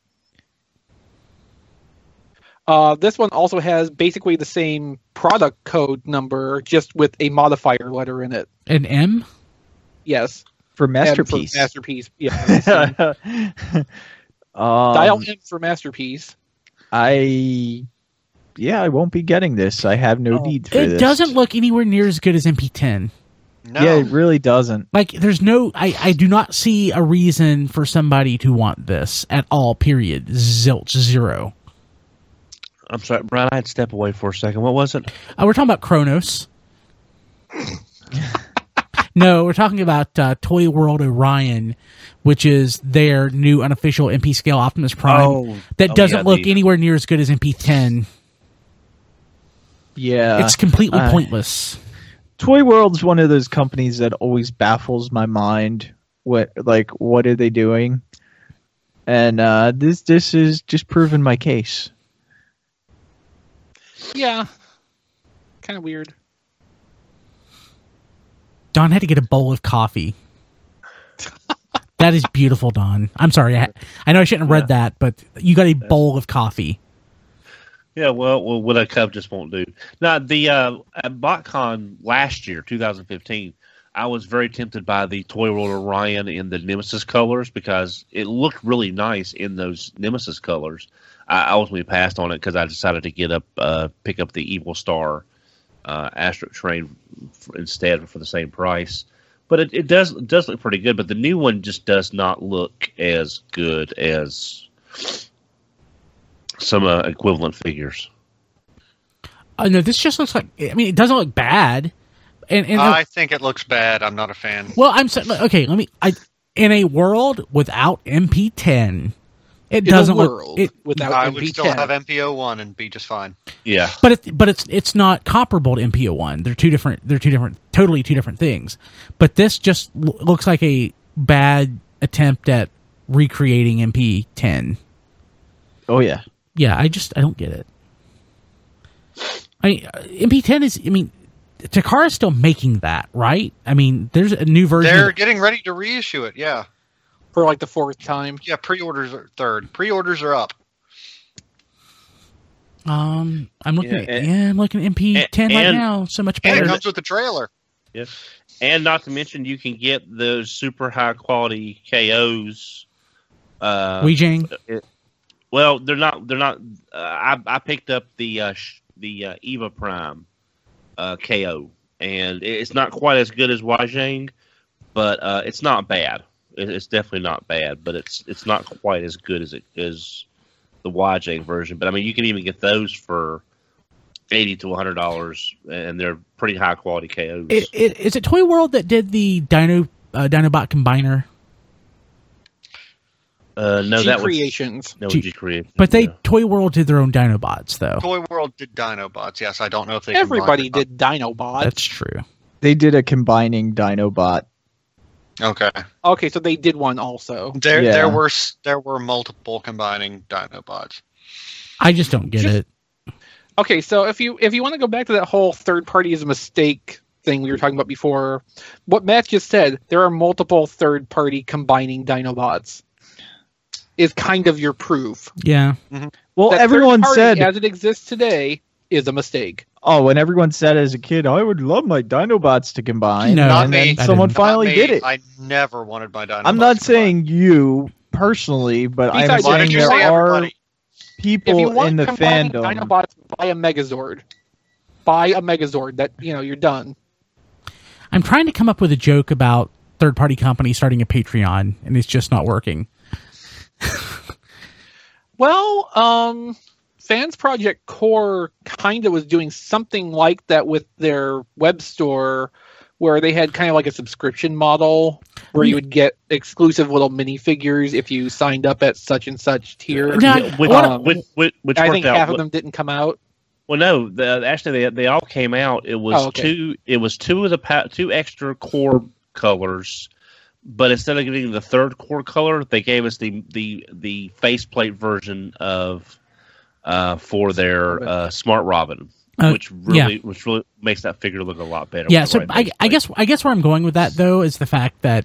Uh, this one also has basically the same product code number, just with a modifier letter in it. An M? Yes, For M for masterpiece. masterpiece. Yeah. same. Um, Dial M for masterpiece. I. Yeah, I won't be getting this. I have no Oh. need for It this. doesn't look anywhere near as good as MP10. No. Yeah, it really doesn't. Like, there's no, I, I do not see a reason for somebody to want this at all, period. Zilch, zero. I'm sorry, Brian. I had to step away for a second. What was it? Uh, we're talking about Kronos. no, we're talking about uh, Toy World Orion, which is their new unofficial MP scale Optimus Prime that oh, doesn't yeah, look the- anywhere near as good as MP10. Yeah. it's completely uh, pointless. Toy World's one of those companies that always baffles my mind. What like what are they doing? And uh, this this is just proving my case. Yeah. Kind of weird. Don had to get a bowl of coffee. that is beautiful, Don. I'm sorry. I, I know I shouldn't have read that, but you got a bowl of coffee. Yeah, well, well what a cub just won't do. Now, the uh, at BotCon last year, 2015, I was very tempted by the Toy World Orion in the Nemesis colors because it looked really nice in those Nemesis colors. I I ultimately passed on it because I decided to get up, uh, pick up the Evil Star uh, Astro Train f- instead for the same price. But it, it does it does look pretty good. But the new one just does not look as good as some uh, equivalent figures. Oh no, this just looks like. I mean, it doesn't look bad. And, and I think it looks bad. I'm not a fan. well, I'm sa- okay. Let me. I in a world without MP10, it In doesn't a look. world It, without I MP10. would still have MPO one and be just fine. Yeah. but it, but it's it's not comparable to MPO one. They're two different. They're two different. Totally two different things. But this just l- looks like a bad attempt at recreating MP10. Oh yeah. Yeah, I just I don't get it. I mean, uh, MP10 is. I mean, Takara's still making that, right? I mean, there's a new version. They're of- getting ready to reissue it. Yeah, for like the fourth time. yeah. Pre-orders are third. Pre-orders are up. um, I'm looking Yeah, at and- yeah, I'm looking at MP10 right and- now. So much And better. it comes with the trailer. And not to mention, you can get those super high quality KOs. Uh, Weijing. well, they're not. They're not. Uh, I I picked up the uh, sh- the uh, Eva Prime uh, KO, and it- it's not quite as good as Wajang, but uh, it's not bad. It, it's definitely not bad, but it's it's not quite as good as it as the Wajang version. But I mean, you can even get those for eighty to one hundred dollars, and they're pretty high quality KOs. It, it, is it Toy World that did the Dino uh, Dinobot combiner? uh, no, G that was creations. No, Gee, G creation. But they yeah. Toy World did their own Dinobots though. Toy World did Dinobots. Yes, I don't know if they. combined Everybody or not. did Dinobot. That's true. They did a combining Dinobot. Okay. Okay, so they did one also. There, Yeah. there were s- there were multiple combining Dinobots. I just don't get Just- it. Okay, so if you if you want to go back to that whole third party is a mistake thing we were talking about before, what Matt just said, there are multiple third party combining Dinobots. Is kind of your proof. Yeah. Well, That everyone third party said. as it exists today is a mistake. oh, and everyone said as a kid, I would love my Dinobots to combine. No, Oh, and Not then me. I someone didn't. finally Not me. did it. I never wanted my Dinobots. I'm not combined. saying you personally, but I'm Besides, Why saying did you there say are everybody? If you people want in the combining fandom. Dinobots, buy a Megazord. Buy a Megazord that you know you're done. I'm trying to come up with a joke about third party company starting a Patreon and it's just not working. Well, um, Fans Project Core kind of was doing something like that with their web store, where they had kind of like a subscription model where you would get exclusive little minifigures if you signed up at such and such tier. No, Yeah, which, um, which, which, which I worked think out. half of them didn't come out. Well, no, the, actually, they, they all came out. It was Oh, okay. two. It was two of the pa- two extra core colors, but instead of getting the third core color, they gave us the the the faceplate version of uh, for their uh, smart Robin, Uh, which really which really makes that figure look a lot better. yeah with the so right I, I faceplate. guess i guess where i'm going with that though is the fact that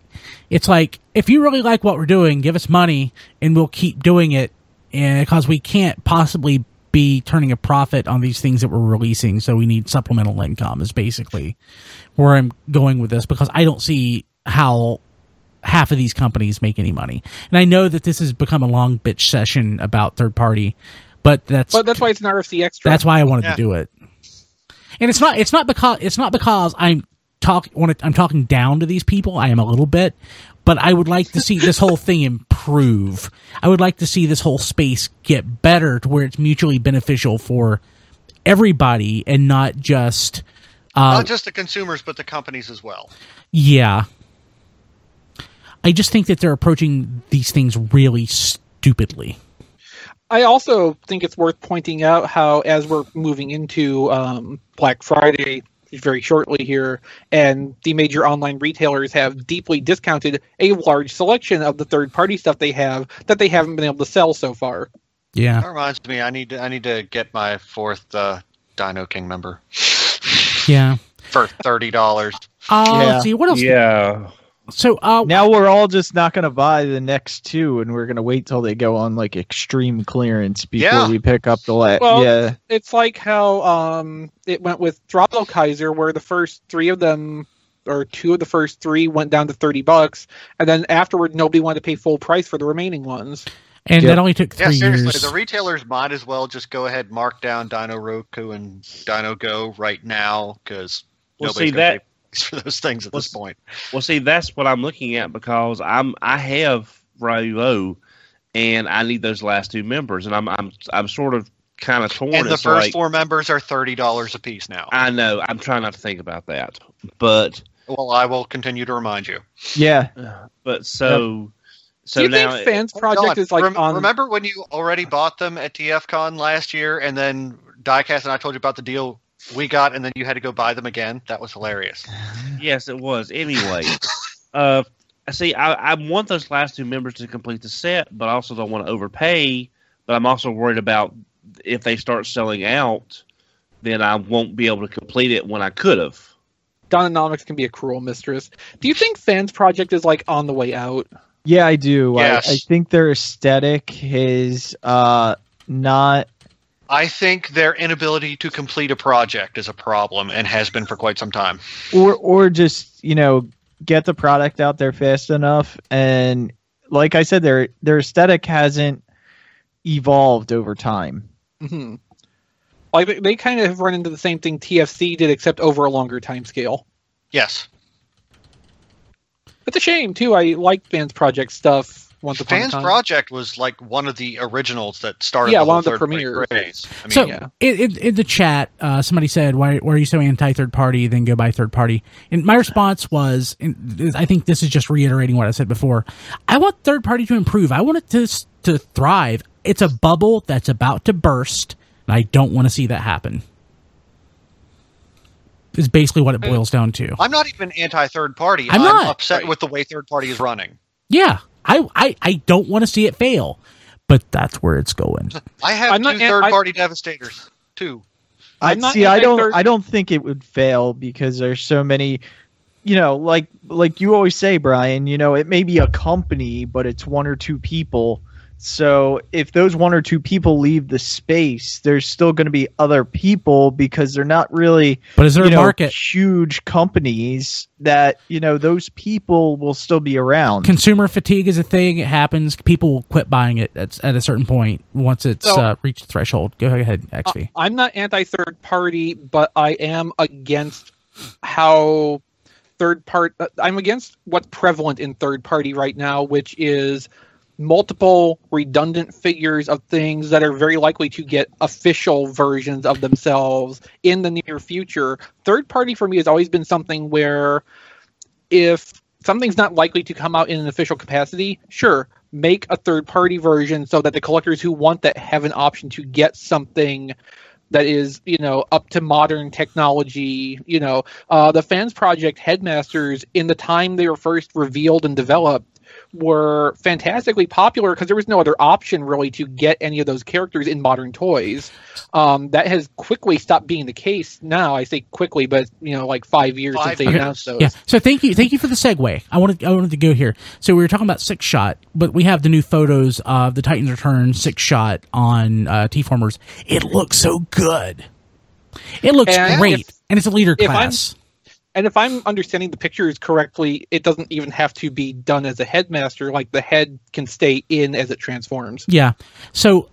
it's like if you really like what we're doing give us money and we'll keep doing it because we can't possibly be turning a profit on these things that we're releasing so we need supplemental income is basically where i'm going with this because i don't see how half of these companies make any money and i know that this has become a long bitch session about third party but that's But that's why it's an RFC extra. that's why I wanted Yeah. to do it. And it's not it's not because it's not because I'm talk want to, I'm talking down to these people. I am a little bit, but I would like to see this whole thing improve. I would like to see this whole space get better to where it's mutually beneficial for everybody and not just uh, not just the consumers, but the companies as well. yeah. I just think that they're approaching these things really stupidly. I also think it's worth pointing out how, as we're moving into um, Black Friday very shortly here, and the major online retailers have deeply discounted a large selection of the third party stuff they have that they haven't been able to sell so far. Yeah. That reminds me, I need to I need to get my fourth uh, Dino King member Yeah. for thirty dollars. Uh, Yeah. Let's see what else. Yeah. So uh, Now we're all just not going to buy the next two, and we're going to wait till they go on like extreme clearance before Yeah. we pick up the last. Well, yeah, it's like how um it went with Throttle Kaiser, where the first three of them or two of the first three went down to thirty bucks, and then afterward nobody wanted to pay full price for the remaining ones. and yeah. that only took Yeah, three seriously, years. the retailers might as well just go ahead mark down Dino Roku and Dino Go right now because Well, nobody's see, gonna that- pay price for those things at this Well, point. Well, see, that's what I'm looking at because I'm I have Raylo, and I need those last two members, and I'm I'm I'm sort of kind of torn. And the It's first like, four members are thirty dollars a piece now. I know. I'm trying not to think about that, but well, I will continue to remind you. yeah. but so so Do you now think Fans Oh, Project God. is like Rem- on? Remember when you already bought them at DFCon last year, and then Diecast and I told you about the deal we got, and then you had to go buy them again. That was hilarious. Yes, it was. Anyway, uh, see, I, I want those last two members to complete the set, but I also don't want to overpay. But I'm also worried about if they start selling out, then I won't be able to complete it when I could have. Dononomics can be a cruel mistress. Do you think Fans Project is like on the way out? Yeah, I do. Yes. I, I think their aesthetic is uh not I think their inability to complete a project is a problem and has been for quite some time. or or just, you know, get the product out there fast enough and like I said their their aesthetic hasn't evolved over time. Mm-hmm. hmm Like they- they kind of have run into the same thing TFC did, except over a longer time scale. Yes, It's a shame too. I liked Fans Project stuff once upon Fans a time. Project was like one of the originals that started. Yeah, the whole one of the third party premieres. craze. I mean, so yeah. in, in, in the chat, uh, somebody said, why, "Why are you so anti third party? Then go buy third party." And my response was, and th- I think this is just reiterating what I said before. I want third party to improve. I want it to s- to thrive. It's a bubble that's about to burst, and I don't want to see that happen. Is basically what it boils down to. I'm not even anti third party. I'm not. upset Right. with the way third party is running. Yeah, I I, I don't want to see it fail, but that's where it's going. I have I'm two not third an- I- party devastators. Two. I I'm not see. I don't. anti-third- I don't think it would fail because there's so many. You know, like like you always say, Brian. You know, it may be a company, but it's one or two people. So if those one or two people leave the space, there's still going to be other people because they're not really But is there you a know market? huge companies that you know those people will still be around. Consumer fatigue is a thing. It happens. People will quit buying it at, at a certain point once it's So- Uh, uh, reached a threshold. Go ahead, XV. I'm not anti third party, but I am against how third part. uh, I'm against what's prevalent in third party right now, which is multiple redundant figures of things that are very likely to get official versions of themselves in the near future. Third party for me has always been something where if something's not likely to come out in an official capacity, sure, make a third party version so that the collectors who want that have an option to get something that is, you know, up to modern technology. You know, uh, the Fans Project headmasters in the time they were first revealed and developed were fantastically popular because there was no other option really to get any of those characters in modern toys. Um, that has quickly stopped being the case now. I say quickly, but you know, like five years Five since they years. announced those. Yeah. So thank you, thank you for the segue. I wanted I wanted to go here. So we were talking about six shot, but we have the new photos of the Titans Return six shot on uh, T Formers. It looks so good. It looks And great, if- and it's a leader if I'm- class. And if I'm understanding the pictures correctly, it doesn't even have to be done as a headmaster. Like the head can stay in as it transforms. Yeah. So,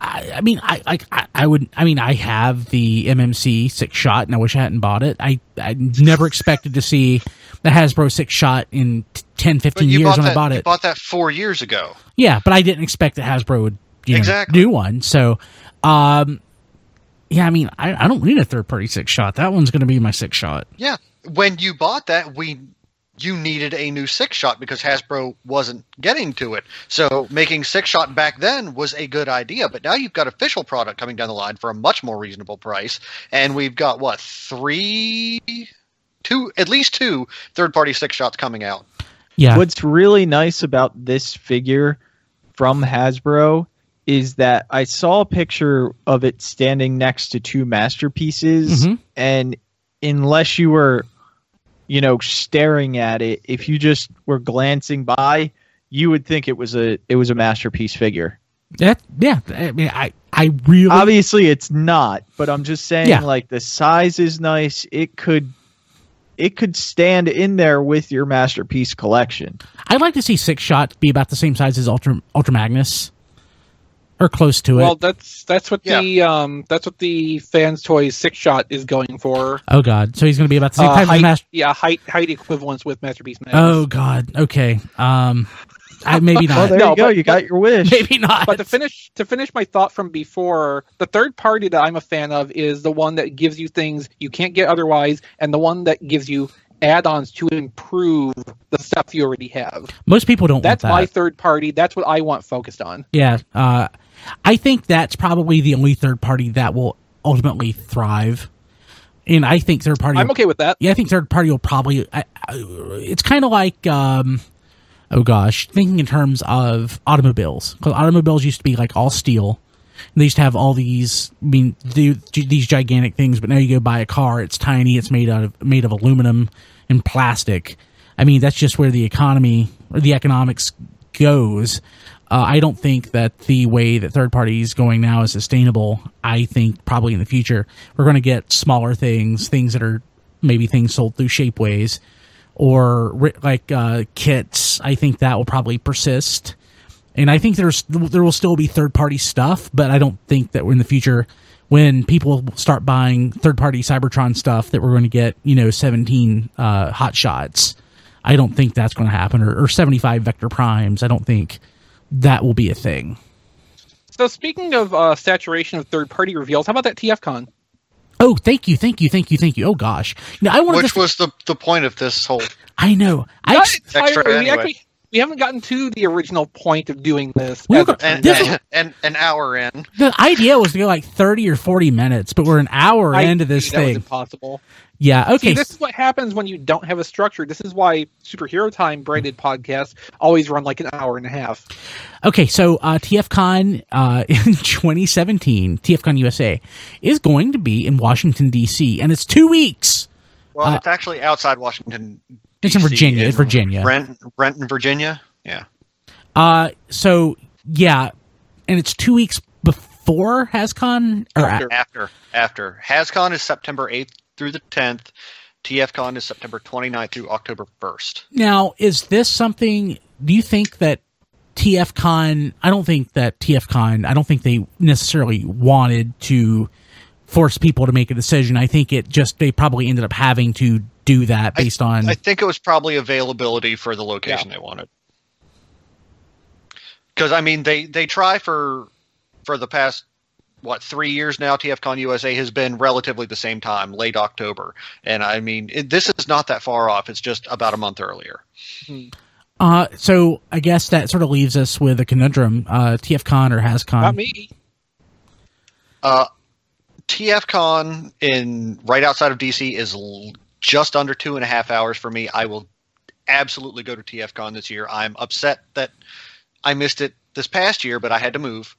I, I mean, I like I, I would. I mean, I have the MMC six shot, and I wish I hadn't bought it. I I never expected to see the Hasbro six shot in t- 10, 15 years bought when that, I bought You it. bought that four years ago. yeah, but I didn't expect that Hasbro would you know, Exactly. do one. So, um, yeah, I mean, I, I don't need a third party six shot. That one's going to be my six shot. Yeah, when you bought that, we you needed a new six shot because Hasbro wasn't getting to it. So making six shot back then was a good idea, but now you've got official product coming down the line for a much more reasonable price, and we've got what three, two, at least two third party six shots coming out. Yeah. What's really nice about this figure from Hasbro is that I saw a picture of it standing next to two masterpieces, Mhm. and unless you were, you know, staring at it, if you just were glancing by, you would think it was a it was a masterpiece figure. That yeah. I mean, I I really Uh, Obviously, it's not, but I'm just saying, Mm-hmm. Yeah. like the size is nice. It could. It could stand in there with your masterpiece collection. I'd like to see Six Shot be about the same size as Ultra Ultra Magnus, or close to it. Well, that's that's what Yeah. the um that's what the fans toys six shot is going for. oh God, so he's going to be about the same Uh, size height, as Master. yeah, height height equivalence with masterpiece. Magnus. Oh God, okay. Um, I maybe Well, not. there No, you go. but- you but- got your wish. maybe not. But to finish to finish my thought from before, the third party that I'm a fan of is the one that gives you things you can't get otherwise, and the one that gives you add-ons to improve the stuff you already have. Most people don't That's my want that. third party. That's what I want focused on. yeah, uh, I think that's probably the only third party that will ultimately thrive, and I think third party. I'm okay with that. Yeah, I think third party will probably. I, I, it's kind of like, um, oh gosh, thinking in terms of automobiles. 'Cause automobiles used to be like all steel. And they used to have all these, I mean, the, these gigantic things. But now you go buy a car, it's tiny. It's made out of made of aluminum and plastic. I mean, that's just where the economy or the economics goes. Uh, I don't think that the way that third party is going now is sustainable. I think probably in the future we're going to get smaller things, things that are maybe things sold through Shapeways or ri- like uh, kits. I think that will probably persist, and I think there's there will still be third party stuff, but I don't think that in the future when people start buying third party Cybertron stuff that we're going to get you know 17 uh, hot shots. I don't think that's going to happen, or, or 75 vector primes. I don't think that will be a thing. So speaking of uh, saturation of third party reveals, how about that TFCon? Oh, thank you, thank you, thank you, thank you. Oh gosh, now I wanted Which to. was the, the point of this whole. I know. I Got ex- it. I- Extra we anyway. actually- we haven't gotten to the original point of doing this. We as were- a- And, This and, and an hour in. The idea was to go like 30 or 40 minutes, but we're an hour I into knew this that was thing. impossible. Yeah, See, okay. this is what happens when you don't have a structure. This is why superhero time branded podcasts always run like an hour and a half. Okay, so uh, TFCon uh, in 2017, TFCon USA, is going to be in Washington, D.C., and it's two weeks. Well, Uh, it's actually outside Washington. It's in DC, Virginia. It's Virginia. Brent, Brenton, Virginia. Yeah. Uh, so, yeah, and it's two weeks before HasCon? Or, After. After. After. HasCon is September 8th through the 10th. TFCon is September 29th through October 1st. Now, is this something? Do you think that TFCon? I don't think that TFCon. I don't think they necessarily wanted to force people to make a decision. I think it just they probably ended up having to do that based on. I think it was probably availability for the location they wanted. Because I mean, they they try for for the past what three years now. TFCon USA has been relatively the same time, late October, and I mean, it, this is not that far off. It's just about a month earlier. uh, so I guess that sort of leaves us with a conundrum: uh, TFCon or Not HasCon? me. Uh, TFCon in right outside of DC is l- just under two and a half hours for me. I will absolutely go to TFCon this year. I'm upset that I missed it this past year, but I had to move.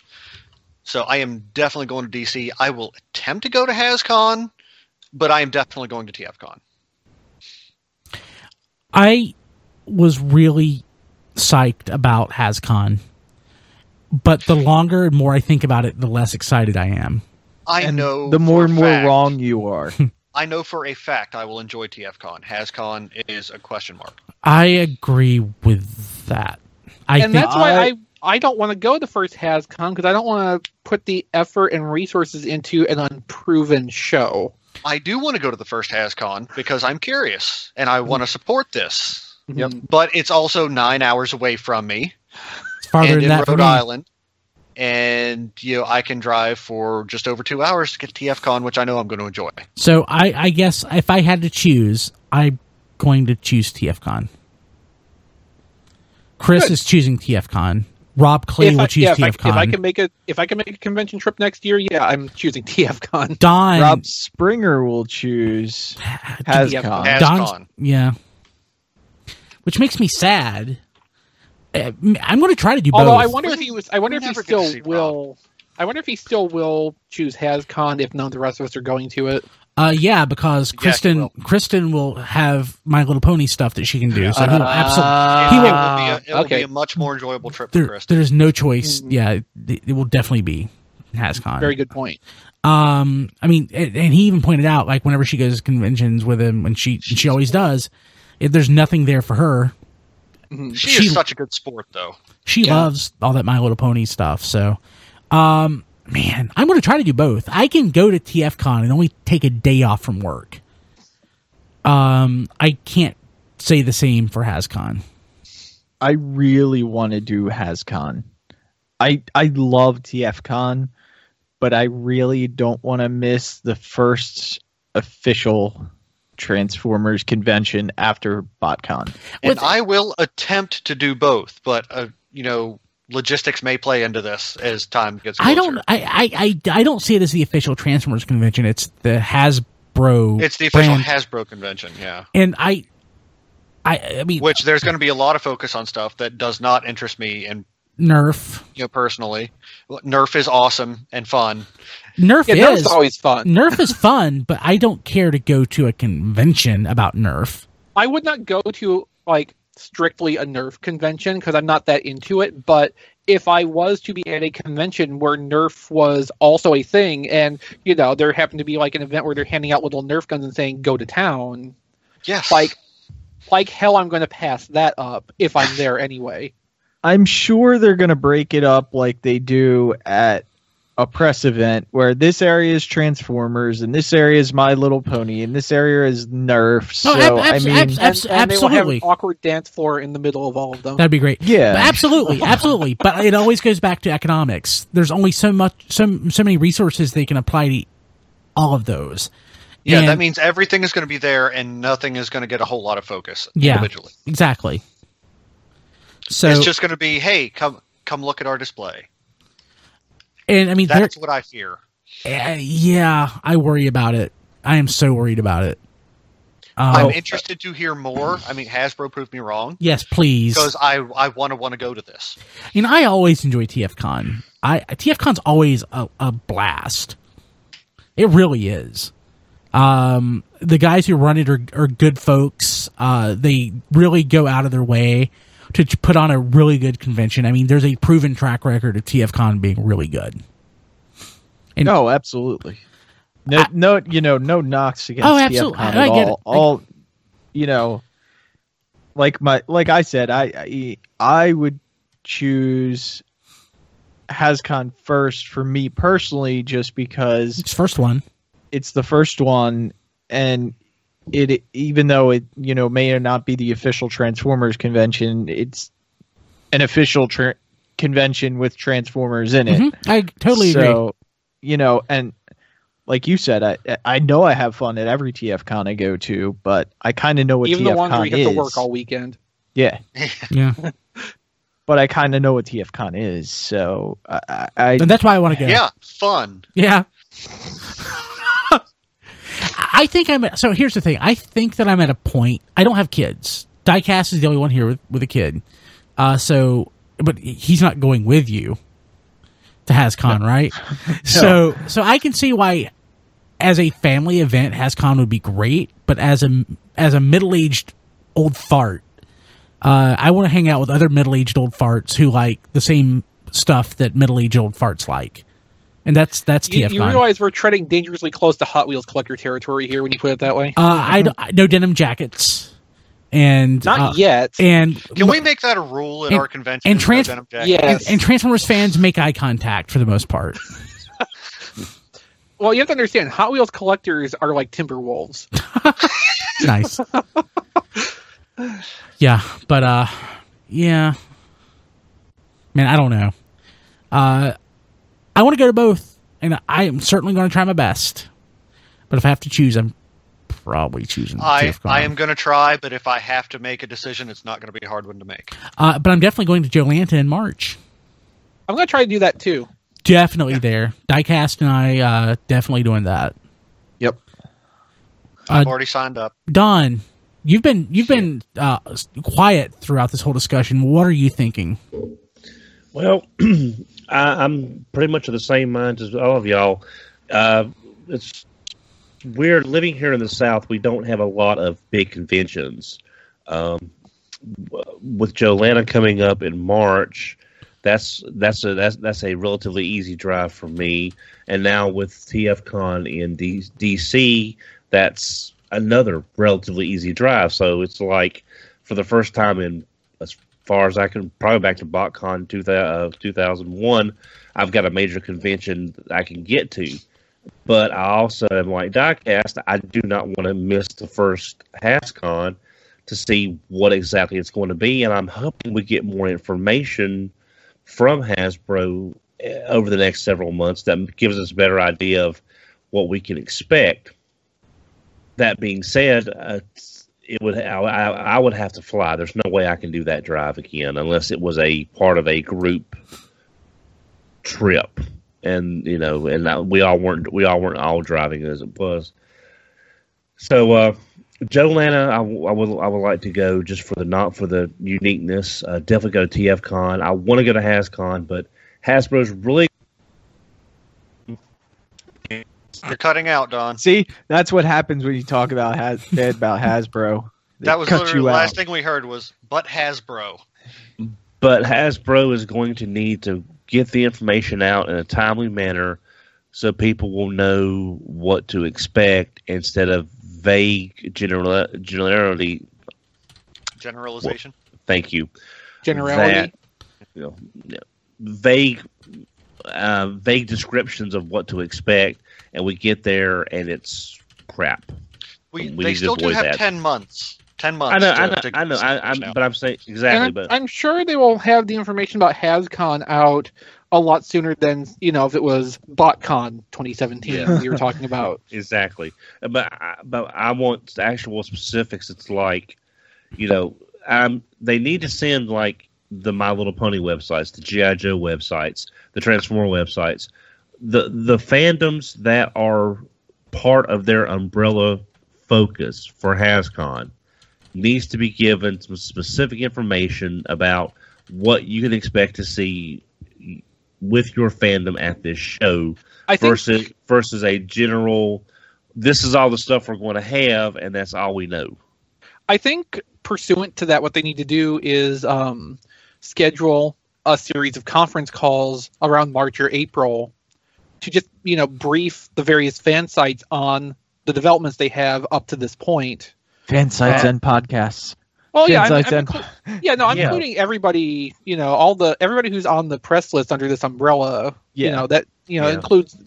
So I am definitely going to DC. I will attempt to go to HasCon, but I am definitely going to TFCon. I was really psyched about HasCon, but the longer and more I think about it, the less excited I am. I and know the for more a and more fact- wrong you are. I know for a fact I will enjoy TFCon. HasCon is a question mark. I agree with that. I and think that's why I- I, I don't want to go to first HasCon because I don't want to put the effort and resources into an unproven show. I do want to go to the first HasCon because I'm curious and I want to support this. Mm-hmm. Yep. But it's also nine hours away from me it's farther and than in that for Rhode me. Island. And you know, I can drive for just over two hours to get to TFCon, which I know I'm going to enjoy. So I, I guess if I had to choose, I'm going to choose TFCon. Chris Good. is choosing TFCon. Rob Clay If, will I, choose yeah, if, I, if TFCon. I can make a if I can make a convention trip next year, yeah, I'm choosing TFCon. Don, Rob Springer will choose Yeah. Hascon. Has Don's- gone. yeah, which makes me sad Uh, I'm going to try to do Although both. I wonder if he was. I wonder if he Never gonna still see Rob. will. I wonder if he still will choose HasCon if none of the rest of us are going to it. Uh, yeah, because Yeah, he Kristen will. Kristen will have My Little Pony stuff that she can do, so he'll absolutely. Uh, he it will- will, be, a, it will be okay. a much more enjoyable trip for There, Kristen. there's no choice. Mhm. Yeah, it, it will definitely be Hascon. Very good point. Um, I mean, and, and he even pointed out like whenever she goes to conventions with him, and she she always does. If there's nothing there for her, Mhm. She, she- is such a good sport, though. she Yeah. loves all that My Little Pony stuff. So, um, man, I'm going to try to do both. I can go to TFCon and only take a day off from work. Um, I can't say the same for HasCon. I really want to do HasCon. I I love TFCon, but I really don't want to miss the first official Transformers convention after BotCon. And With- I will attempt to do both, but uh, you know, logistics may play into this as time gets. Closer. I don't. I, I. I. I don't see it as the official Transformers convention. It's the Hasbro. It's the official brand. Hasbro convention, yeah. and I. I. I mean, Which there's going to be a lot of focus on stuff that does not interest me, and Nerf. you know, personally, Nerf is awesome and fun. Nerf Yeah, that is was always fun. Nerf is fun, but I don't care to go to a convention about Nerf. I would not go to like strictly a Nerf convention because I'm not that into it. But if I was to be at a convention where Nerf was also a thing, and you know there happened to be like an event where they're handing out little Nerf guns and saying "Go to town," Yes, like like hell, I'm going to pass that up if I'm there anyway. I'm sure they're going to break it up like they do at a press event where this area is Transformers and this area is My Little Pony and this area is Nerf. So ab- I Oh, abs- mean, abs- And, Abs- and they will have an absolutely. awkward dance floor in the middle of all of them. That'd be great. yeah, Absolutely, absolutely. But it always goes back to economics. There's only so much, so so many resources they can apply to all of those. yeah, that And- means everything is going to be there, and nothing is going to get a whole lot of focus Yeah. individually. exactly. So it's just going to be, hey, come come look at our display. and I mean, there, That's what I fear. uh, yeah, I worry about it. I am so worried about it. Um, I'm interested to hear more. I mean, Hasbro proved me wrong yes, please. because I I want to want to go to this. You know, I always enjoy TFCon. I TFCon's always a, a blast. It really is. Um, the guys who run it are, are good folks. Uh, they really go out of their way to t- put on a really good convention. I mean, there's a proven track record of TFCon being really good. No, oh, absolutely. No, no, you know, no knocks against Oh, oh, absolutely. at I- I get it. all. All, you know, like my, like I said, I, I, I would choose Hascon first for me personally, just because It's first one. it's the first one, and it, even though it, you know, may or not be the official Transformers convention, it's an official tra- convention with Transformers in it Mhm. I totally agree. so, You know, and like you said, I I know I have fun at every TF con I go to, but I kind of know what Even TF the ones where con you have is. to work all weekend. yeah, Yeah, but I kind of know what TF con is, so I, I, I and that's why I want to go. Yeah, fun. Yeah. I think I'm. So here's the thing. I think that I'm at a point. I don't have kids. Diecast is the only one here with, with a kid. Uh, so, but he's not going with you to HasCon, right? So, so I can see why, as a family event, HasCon would be great. But as a as a middle aged old fart, uh, I want to hang out with other middle aged old farts who like the same stuff that middle aged old farts like, and that's that's You, TFCon. you realize we're treading dangerously close to Hot Wheels collector territory here when you put it that way. Uh, I d- I- no denim jackets, and Not uh, yet. and Can we make that a rule at And- our convention? and no trans- denim jacket? Yeah. and, and Transformers fans make eye contact for the most part. Well, you have to understand, Hot Wheels collectors are like Timberwolves. It's nice. yeah, but uh, yeah, man, I don't know. Uh, I want to go to both, and I am certainly going to try my best. But if I have to choose, I'm probably choosing. I, TFCon. I am going to try, but if I have to make a decision, it's not going to be a hard one to make. uh, but I'm definitely going to Joe Lanta in March. I'm going to try to do that too. Definitely there. Diecast and I uh, definitely doing that. yep. Uh, I've already signed up. Don, You've been you've been uh, s- quiet throughout this whole discussion. What are you thinking? Well, I, I'm pretty much of the same mind as all of y'all. Uh, it's weird living here in the South. We don't have a lot of big conventions. Um, w- with Jolana coming up in March, that's that's a that's that's a relatively easy drive for me. And now with TFCon in D- DC, that's another relatively easy drive. So it's like for the first time in as far as I can, probably back to BotCon 2000, uh, 2001, I've got a major convention that I can get to. But I also am like Diecast, I do not want to miss the first HasCon to see what exactly it's going to be. And I'm hoping we get more information from Hasbro eh, over the next several months that gives us a better idea of what we can expect. That being said, uh, it would I, I I would have to fly. There's no way I can do that drive again unless it was a part of a group trip, and you know, and I, we all weren't we all weren't all driving as it was. So, uh, Joe Lana, I, w- I would I would like to go just for the not for the uniqueness. Uh, definitely go to TFCon. I want to go to HasCon, but Hasbro's really You're cutting out, Don. See, that's what happens when you talk about has- bad about Hasbro. They That was cut literally the you last out. thing we heard was, but Hasbro. But Hasbro is going to need to get the information out in a timely manner so people will know what to expect instead of vague general generality. Generalization. Thank you. Generality. That, you know, yeah, vague, uh, vague descriptions of what to expect, and we get there and it's crap. We, We they need to still do avoid have that. 10 months. 10 months. I know, to- I know, to I know. get I, I'm, information out. but I'm saying And exactly. I'm, But I'm sure they will have the information about HasCon out a lot sooner than you know if it was BotCon 2017 Yeah. we were talking about. Exactly, but I, but I want actual specifics. It's like, you know, um, they need to send like the My Little Pony websites, the GI Joe websites, the Transformer websites, the the fandoms that are part of their umbrella focus for HasCon needs to be given some specific information about what you can expect to see with your fandom at this show I think versus versus a general this is all the stuff we're going to have and that's all we know I think pursuant to that, what they need to do is um, schedule a series of conference calls around March or April to just you know brief the various fan sites on the developments they have up to this point. Fan sites and podcasts. Oh, Well, yeah, Fan I'm, sites I'm and inclu- yeah, no, I'm Yeah. including everybody. You know, all the everybody who's on the press list under this umbrella. Yeah. You know that you know Yeah. includes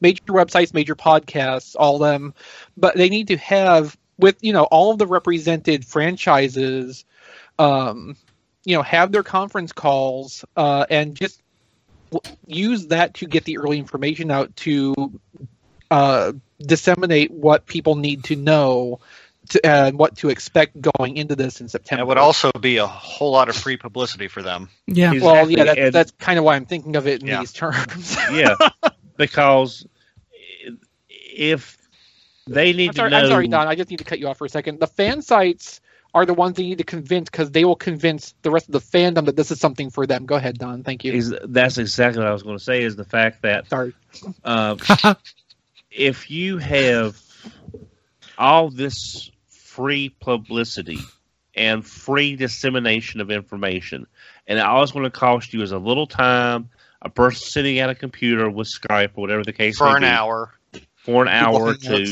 major websites, major podcasts, all them. But they need to have with you know all of the represented franchises. Um, you know, have their conference calls uh, and just w- use that to get the early information out to uh, disseminate what people need to know to, and what to expect going into this in September. It would also be a whole lot of free publicity for them. Yeah, Well, yeah, Exactly, that's, and- that's kind of why I'm thinking of it in Yeah. these terms. yeah because if they need I'm, sorry, to know I'm sorry, Don. I just need to cut you off for a second. The fan sites are the ones they need to convince because they will convince the rest of the fandom that this is something for them. Go ahead, Don. Thank you. is that's exactly what i was going to say is the fact that Sorry. uh, if you have all this free publicity and free dissemination of information, and all it's going to cost you is a little time, a person sitting at a computer with Skype or whatever the case for may an be, hour. for an hour or People hang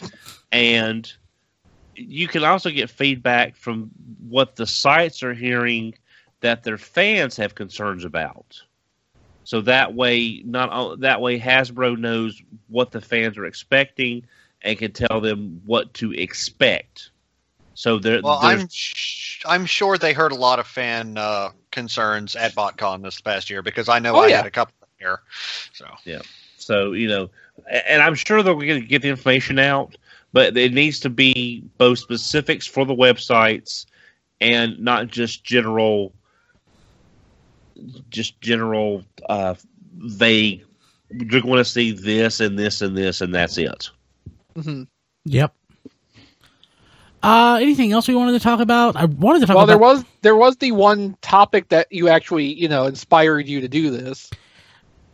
two, and you can also get feedback from what the sites are hearing that their fans have concerns about. So that way, not o- that way, Hasbro knows what the fans are expecting and can tell them what to expect. So there, Well, there's- I'm sh- I'm sure they heard a lot of fan uh, concerns at BotCon this past year because I know Oh, I yeah. had a couple here. So So you know, a- and I'm sure that we're going to get the information out, but it needs to be both specifics for the websites and not just general, just general uh, vague. You're going to see this and this and this and that's it. Mhm. Yep. Uh, anything else we wanted to talk about? I wanted to talk well, about there was there was the one topic that you actually you know inspired you to do this.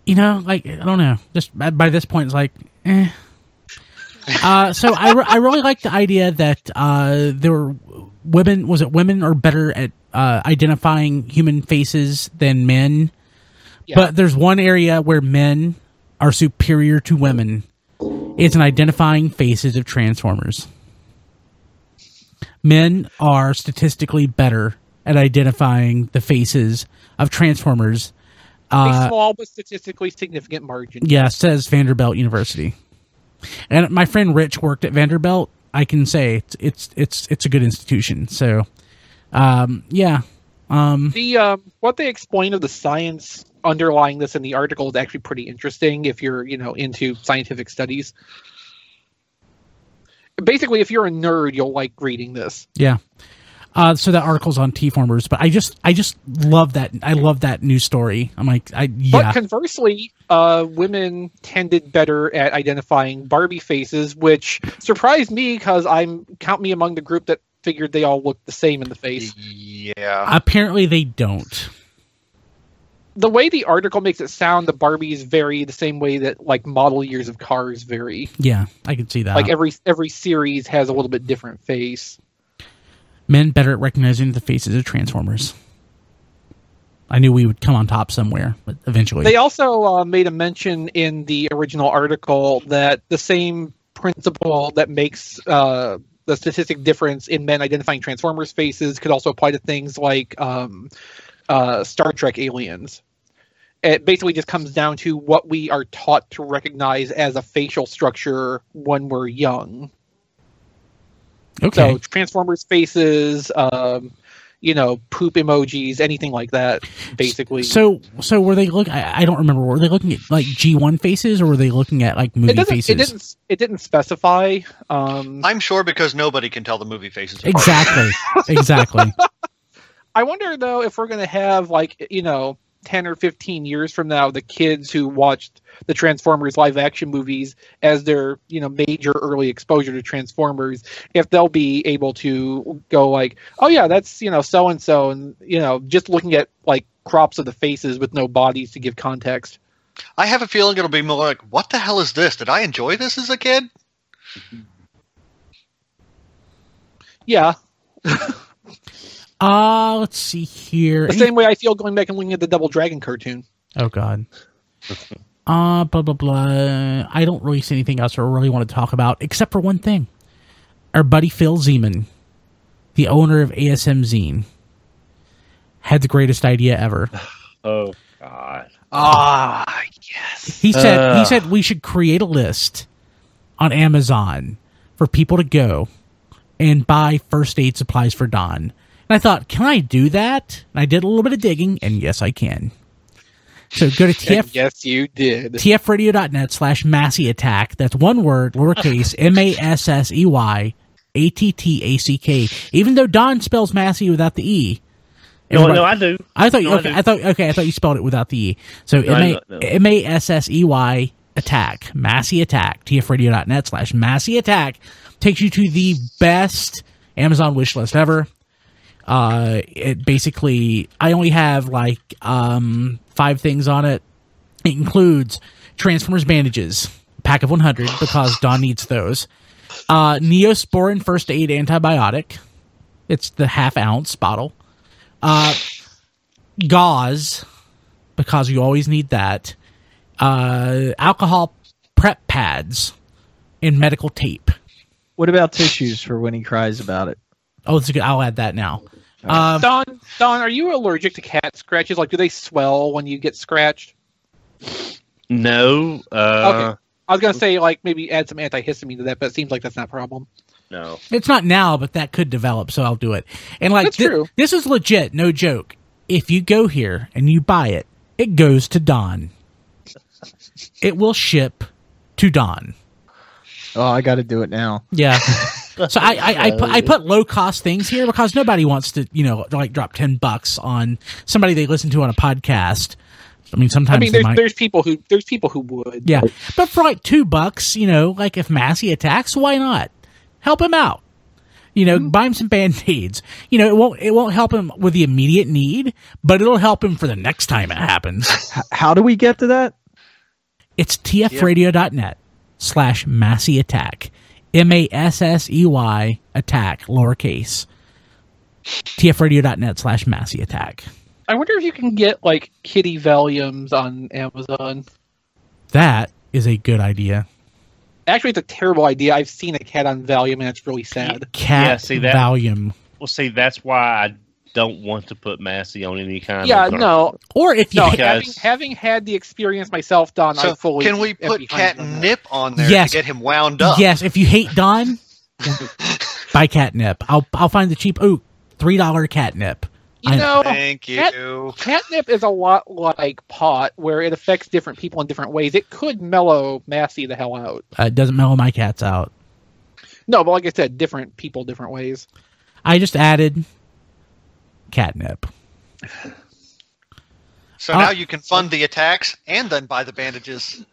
you know, like I don't know. Just by, by this point, it's like, eh. Uh, so I, re- I really like the idea that uh, there were women. Was it women are better at uh, identifying human faces than men? Yeah. But there's one area where men are superior to women. It's in identifying faces of Transformers. Men are statistically better at identifying the faces of Transformers. a small but statistically significant margin. Yeah, says Vanderbilt University. And my friend Rich worked at Vanderbilt. I can say it's it's it's, it's a good institution. So, um, yeah, The um, what they explain of the science underlying this in the article is actually pretty interesting if you're you know into scientific studies. Basically, if you're a nerd, you'll like reading this. yeah. Uh, so that article's on T formers, but I just I just love that I love that news story. I'm like I But yeah conversely, uh, women tended better at identifying Barbie faces, which surprised me because I'm count me among the group that figured they all looked the same in the face. Yeah. apparently they don't. The way the article makes it sound, the Barbies vary the same way that like model years of cars vary. Yeah, I can see that. Like every every series has a little bit different face. Men better at recognizing the faces of Transformers. I knew we would come on top somewhere, but eventually. They also uh, made a mention in the original article that the same principle that makes uh, the statistic difference in men identifying Transformers faces could also apply to things like um, uh, Star Trek aliens. It basically just comes down to what we are taught to recognize as a facial structure when we're young. okay. So Transformers faces, um, you know, poop emojis, anything like that, basically. So, so were they look? I, I don't remember. Were they looking at like G one faces, or were they looking at like movie it doesn't. faces? It didn't. It didn't specify. Um, I'm sure because nobody can tell the movie faces apart. exactly, exactly. I wonder though if we're going to have like you know ten or fifteen years from now the kids who watched the Transformers live action movies as their you know major early exposure to Transformers, if they'll be able to go like, oh yeah, that's you know so and so, and you know just looking at like crops of the faces with no bodies to give context. I have a feeling it'll be more like, what the hell is this? Did I enjoy this as a kid? Yeah, Uh let's see here. the same way I feel going back and looking at the Double Dragon cartoon. oh god. Uh blah blah blah. I don't really see anything else I really want to talk about, except for one thing. Our buddy Phil Zeman, the owner of ASM Zine, had the greatest idea ever. Oh God. Ah, yes. He said he Ugh. said we should create a list on Amazon for people to go and buy first aid supplies for Don. And I thought, can I do that? And I did a little bit of digging, and yes, I can. So go to TF, Yes, you did. tfradio.net slash Massey Attack. That's one word, lowercase, M A S S E Y A T T A C K. Even though Don spells Massey without the E. No, everybody- no, I do. I thought you. No, I okay, I, don't. thought okay. I thought you spelled it without the e. So No, M I A know, no. M A S S E Y attack Massey attack tfradio.net slash Massey attack takes you to the best Amazon wish list ever. Uh, it basically I only have like um five things on it. It includes Transformers bandages, pack of 100 because Don needs those. Uh, Neosporin first aid antibiotic. It's the half ounce bottle gauze because you always need that uh alcohol prep pads and medical tape What about tissues for when he cries about it? oh it's a good i'll add that now um Don, Don, are you allergic to cat scratches? Like, do they swell when you get scratched? No. Uh, Okay. I was gonna say like maybe add some antihistamine to that, but it seems like that's not a problem. No. it's not now but that could develop so i'll do it and like That's thi- true. this is legit no joke if you go here and you buy it it goes to don it will ship to don Oh, I got to do it now. Yeah. So I I, I, put, I put low cost things here because nobody wants to you know like drop ten bucks on somebody they listen to on a podcast. I mean sometimes I mean, they there's might. there's people who there's people who would. yeah, but for like two bucks, you know, like if Massey attacks, why not help him out? You Mm-hmm. know, buy him some band aids. You know, it won't it won't help him with the immediate need, but it'll help him for the next time it happens. H- how do we get to that? It's tfradio.net slash Massey Attack. M A S S E Y attack, lowercase. tfradio.net slash Massey Attack. I wonder if you can get like kitty valiums on Amazon. That is a good idea. Actually, it's a terrible idea. I've seen a cat on Valium, and it's really sad. Cat Yeah, see that? Valium. Well, see, that's why I don't want to put Massey on any kind. Yeah, of no, Or if you no. Yeah, Having, guys. having had the experience myself, Don, I So fully can we am put behind cat you on that. nip on there Yes. to get him wound up? Yes, if you hate Don, buy catnip. I'll I'll find the cheap ooh, three dollar catnip. You I- know, Thank Cat- you. catnip is a lot like pot, where it affects different people in different ways. It could mellow Massey the hell out. Uh, it doesn't mellow my cats out. No, but like I said, different people, different ways. I just added catnip. So Uh, now you can fund the attacks and then buy the bandages.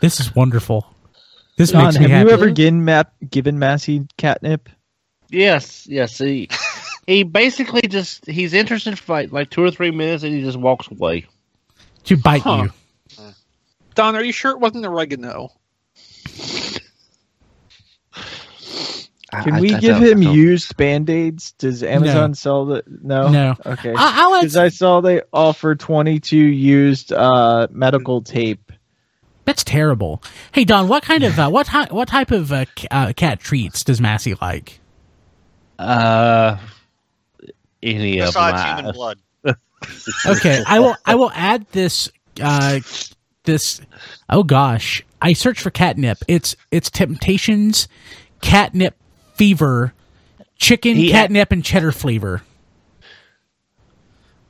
This is wonderful. This Don, makes me have happy. you ever given Map given Massey catnip? Yes, yes. He he basically just he's interested for like, like two or three minutes, and he just walks away. to bite Huh. you? Don, are you sure it wasn't oregano? Can we give him used band aids? Does Amazon No. sell the no? No. Okay. I, I'll add, Because I saw they offer twenty two used uh, medical tape. that's terrible. Hey Don, what kind of uh, what ty- what type of uh, c- uh, cat treats does Massey like? Uh, any of Besides my- human blood. Okay, I will I will add this uh, this. Oh gosh, I searched for catnip. It's it's temptations, catnip fever, chicken Yeah. catnip and cheddar flavor.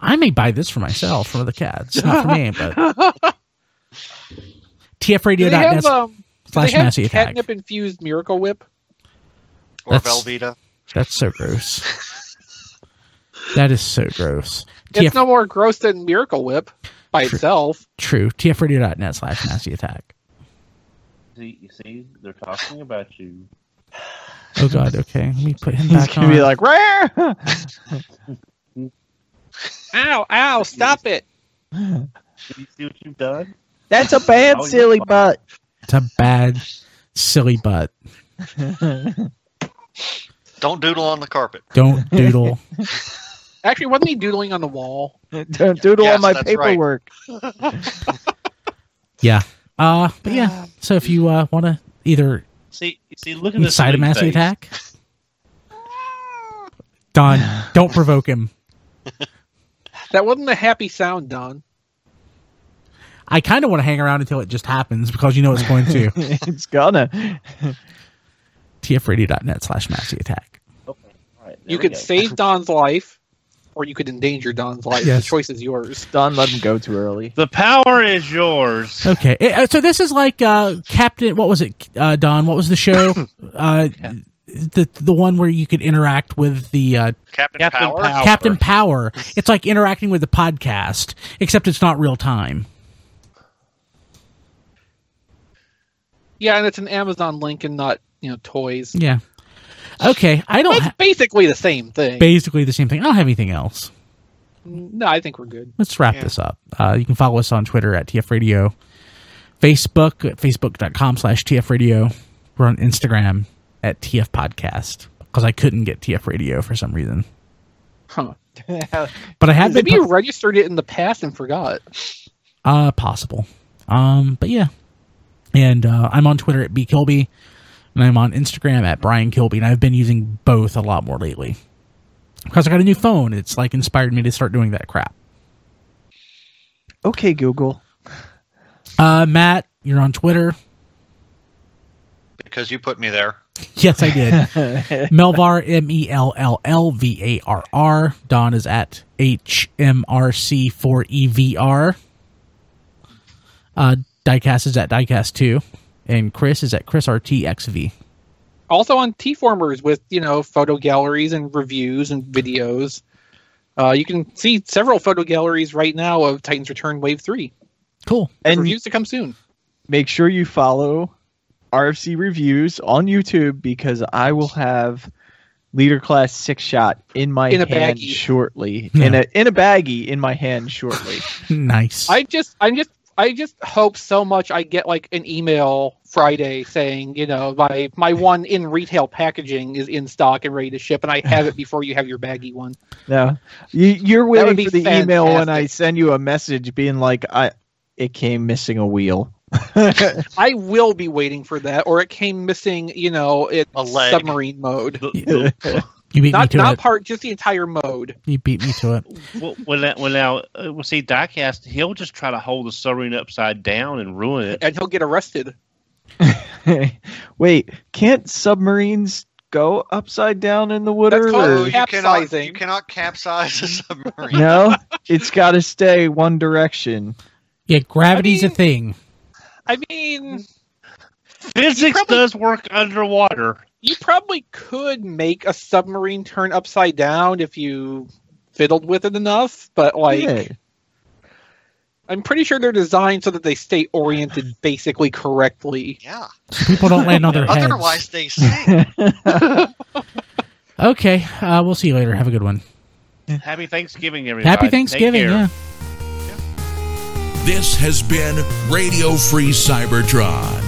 I may buy this for myself for the cats, not for me, but. Do they have, TFRadio.net um, do they slash have Massey Attack. catnip infused Miracle Whip? Or That's- Velveeta. That's so gross. that is so gross. TF It's no more gross than Miracle Whip by True. itself. true. TFRadio.net slash Massey Attack. See, you see, they're talking about you. Oh god, okay. Let me put him He's back gonna on. be like, rare. Ow, ow, stop it. Did you see what you've done? That's a bad Oh, silly yeah. butt. it's a bad, silly butt. Don't doodle on the carpet. Don't doodle. Actually, wasn't he doodling on the wall? Don't doodle Yes, on my that's right. paperwork. yeah. Uh, but yeah. So if you uh, want to either See, you see, look at this inside a sweet Massey face. attack, Don, don't provoke him. That wasn't a happy sound, Don. I kind of want to hang around until it just happens because you know it's going to. it's gonna. TFRadio.net slash Massey attack. Okay, all right, there you we could go. save Don's life, or you could endanger Don's life. Yes. The choice is yours. Don let him go too early. The power is yours. Okay, Eh, uh, so this is like uh, Captain. What was it, uh, Don? What was the show? Uh, the the one where you could interact with the uh, Captain, Captain Power. Power. Captain Power. It's like interacting with the podcast, except it's not real time. Yeah, and it's an Amazon link and not, you know, toys. Yeah. Okay, I don't. That's Ha- basically the same thing. basically the same thing. I don't have anything else. no, I think we're good. Let's wrap Yeah. this up. Uh, you can follow us on Twitter at TF Radio, Facebook at facebook.com slash TF Radio. We're on Instagram at TF Podcast because I couldn't get TF Radio for some reason. Huh. But I have been. Maybe you registered it in the past and forgot. Uh, possible. Um, but yeah. And uh, I'm on Twitter at B Kilby, and I'm on Instagram at Brian Kilby, and I've been using both a lot more lately because I got a new phone. It's like inspired me to start doing that crap. Okay, Google. Uh, Matt, you're on Twitter. Because you put me there. Yes, I did. Melvar M E L L L V A R R. Don is at H M R C four E V R. Uh, Diecast is at Diecast two, and Chris is at Chris R T X V. also on T-Formers with you know photo galleries and reviews and videos. Uh, you can see several photo galleries right now of Titans Return Wave Three. Cool. And reviews to come soon. make sure you follow RFC reviews on YouTube because I will have leader class six shot in my In a hand baggie. shortly. Yeah. In a in a baggie in my hand shortly. Nice. I just, I just, I just hope so much I get like an email Friday saying, you know, my my one in retail packaging is in stock and ready to ship, and I have it before you have your baggy one. no. You you're would waiting be for the email when I fantastic. send you a message being like I it came missing a wheel. I will be waiting for that, or it came missing, you know, it A leg. submarine mode. you beat me Not to not it. part, just the entire mode. you beat me to it. well, well, that- well, now, uh, well, see, diecast, he'll just try to hold the submarine upside down and ruin it. and he'll get arrested. Wait, can't submarines go upside down in the water? That's called or- Or- you cannot, capsizing. you cannot capsize a submarine. no, it's got to stay one direction. Yeah, gravity's I mean- a thing. I mean, Physics probably- does work underwater. you probably could make a submarine turn upside down if you fiddled with it enough, but like Yeah. I'm pretty sure they're designed so that they stay oriented basically correctly. Yeah. People don't land on their heads. Otherwise, they sink. Okay, uh, we'll see you later. Have a good one. Happy Thanksgiving, everybody. Happy Take Thanksgiving. care. Yeah. This has been Radio Free Cybertron.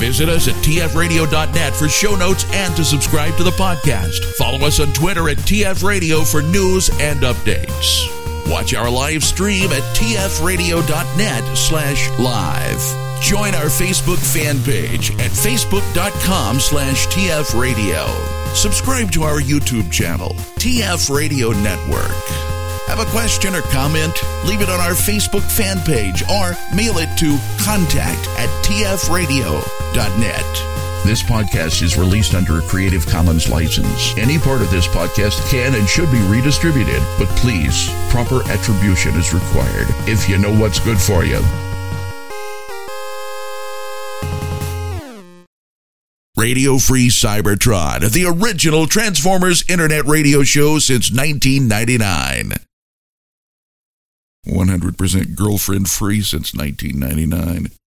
Visit us at tfradio.net for show notes and to subscribe to the podcast. Follow us on Twitter at tfradio for news and updates. Watch our live stream at tfradio.net slash live. Join our Facebook fan page at facebook.com slash tfradio. Subscribe to our YouTube channel, TF Radio Network. Have a question or comment? Leave it on our Facebook fan page or mail it to contact at tfradio.net. This podcast is released under a Creative Commons license. Any part of this podcast can and should be redistributed, but please, proper attribution is required if you know what's good for you. Radio Free Cybertron, the original Transformers internet radio show since 1999. 100% girlfriend free since 1999.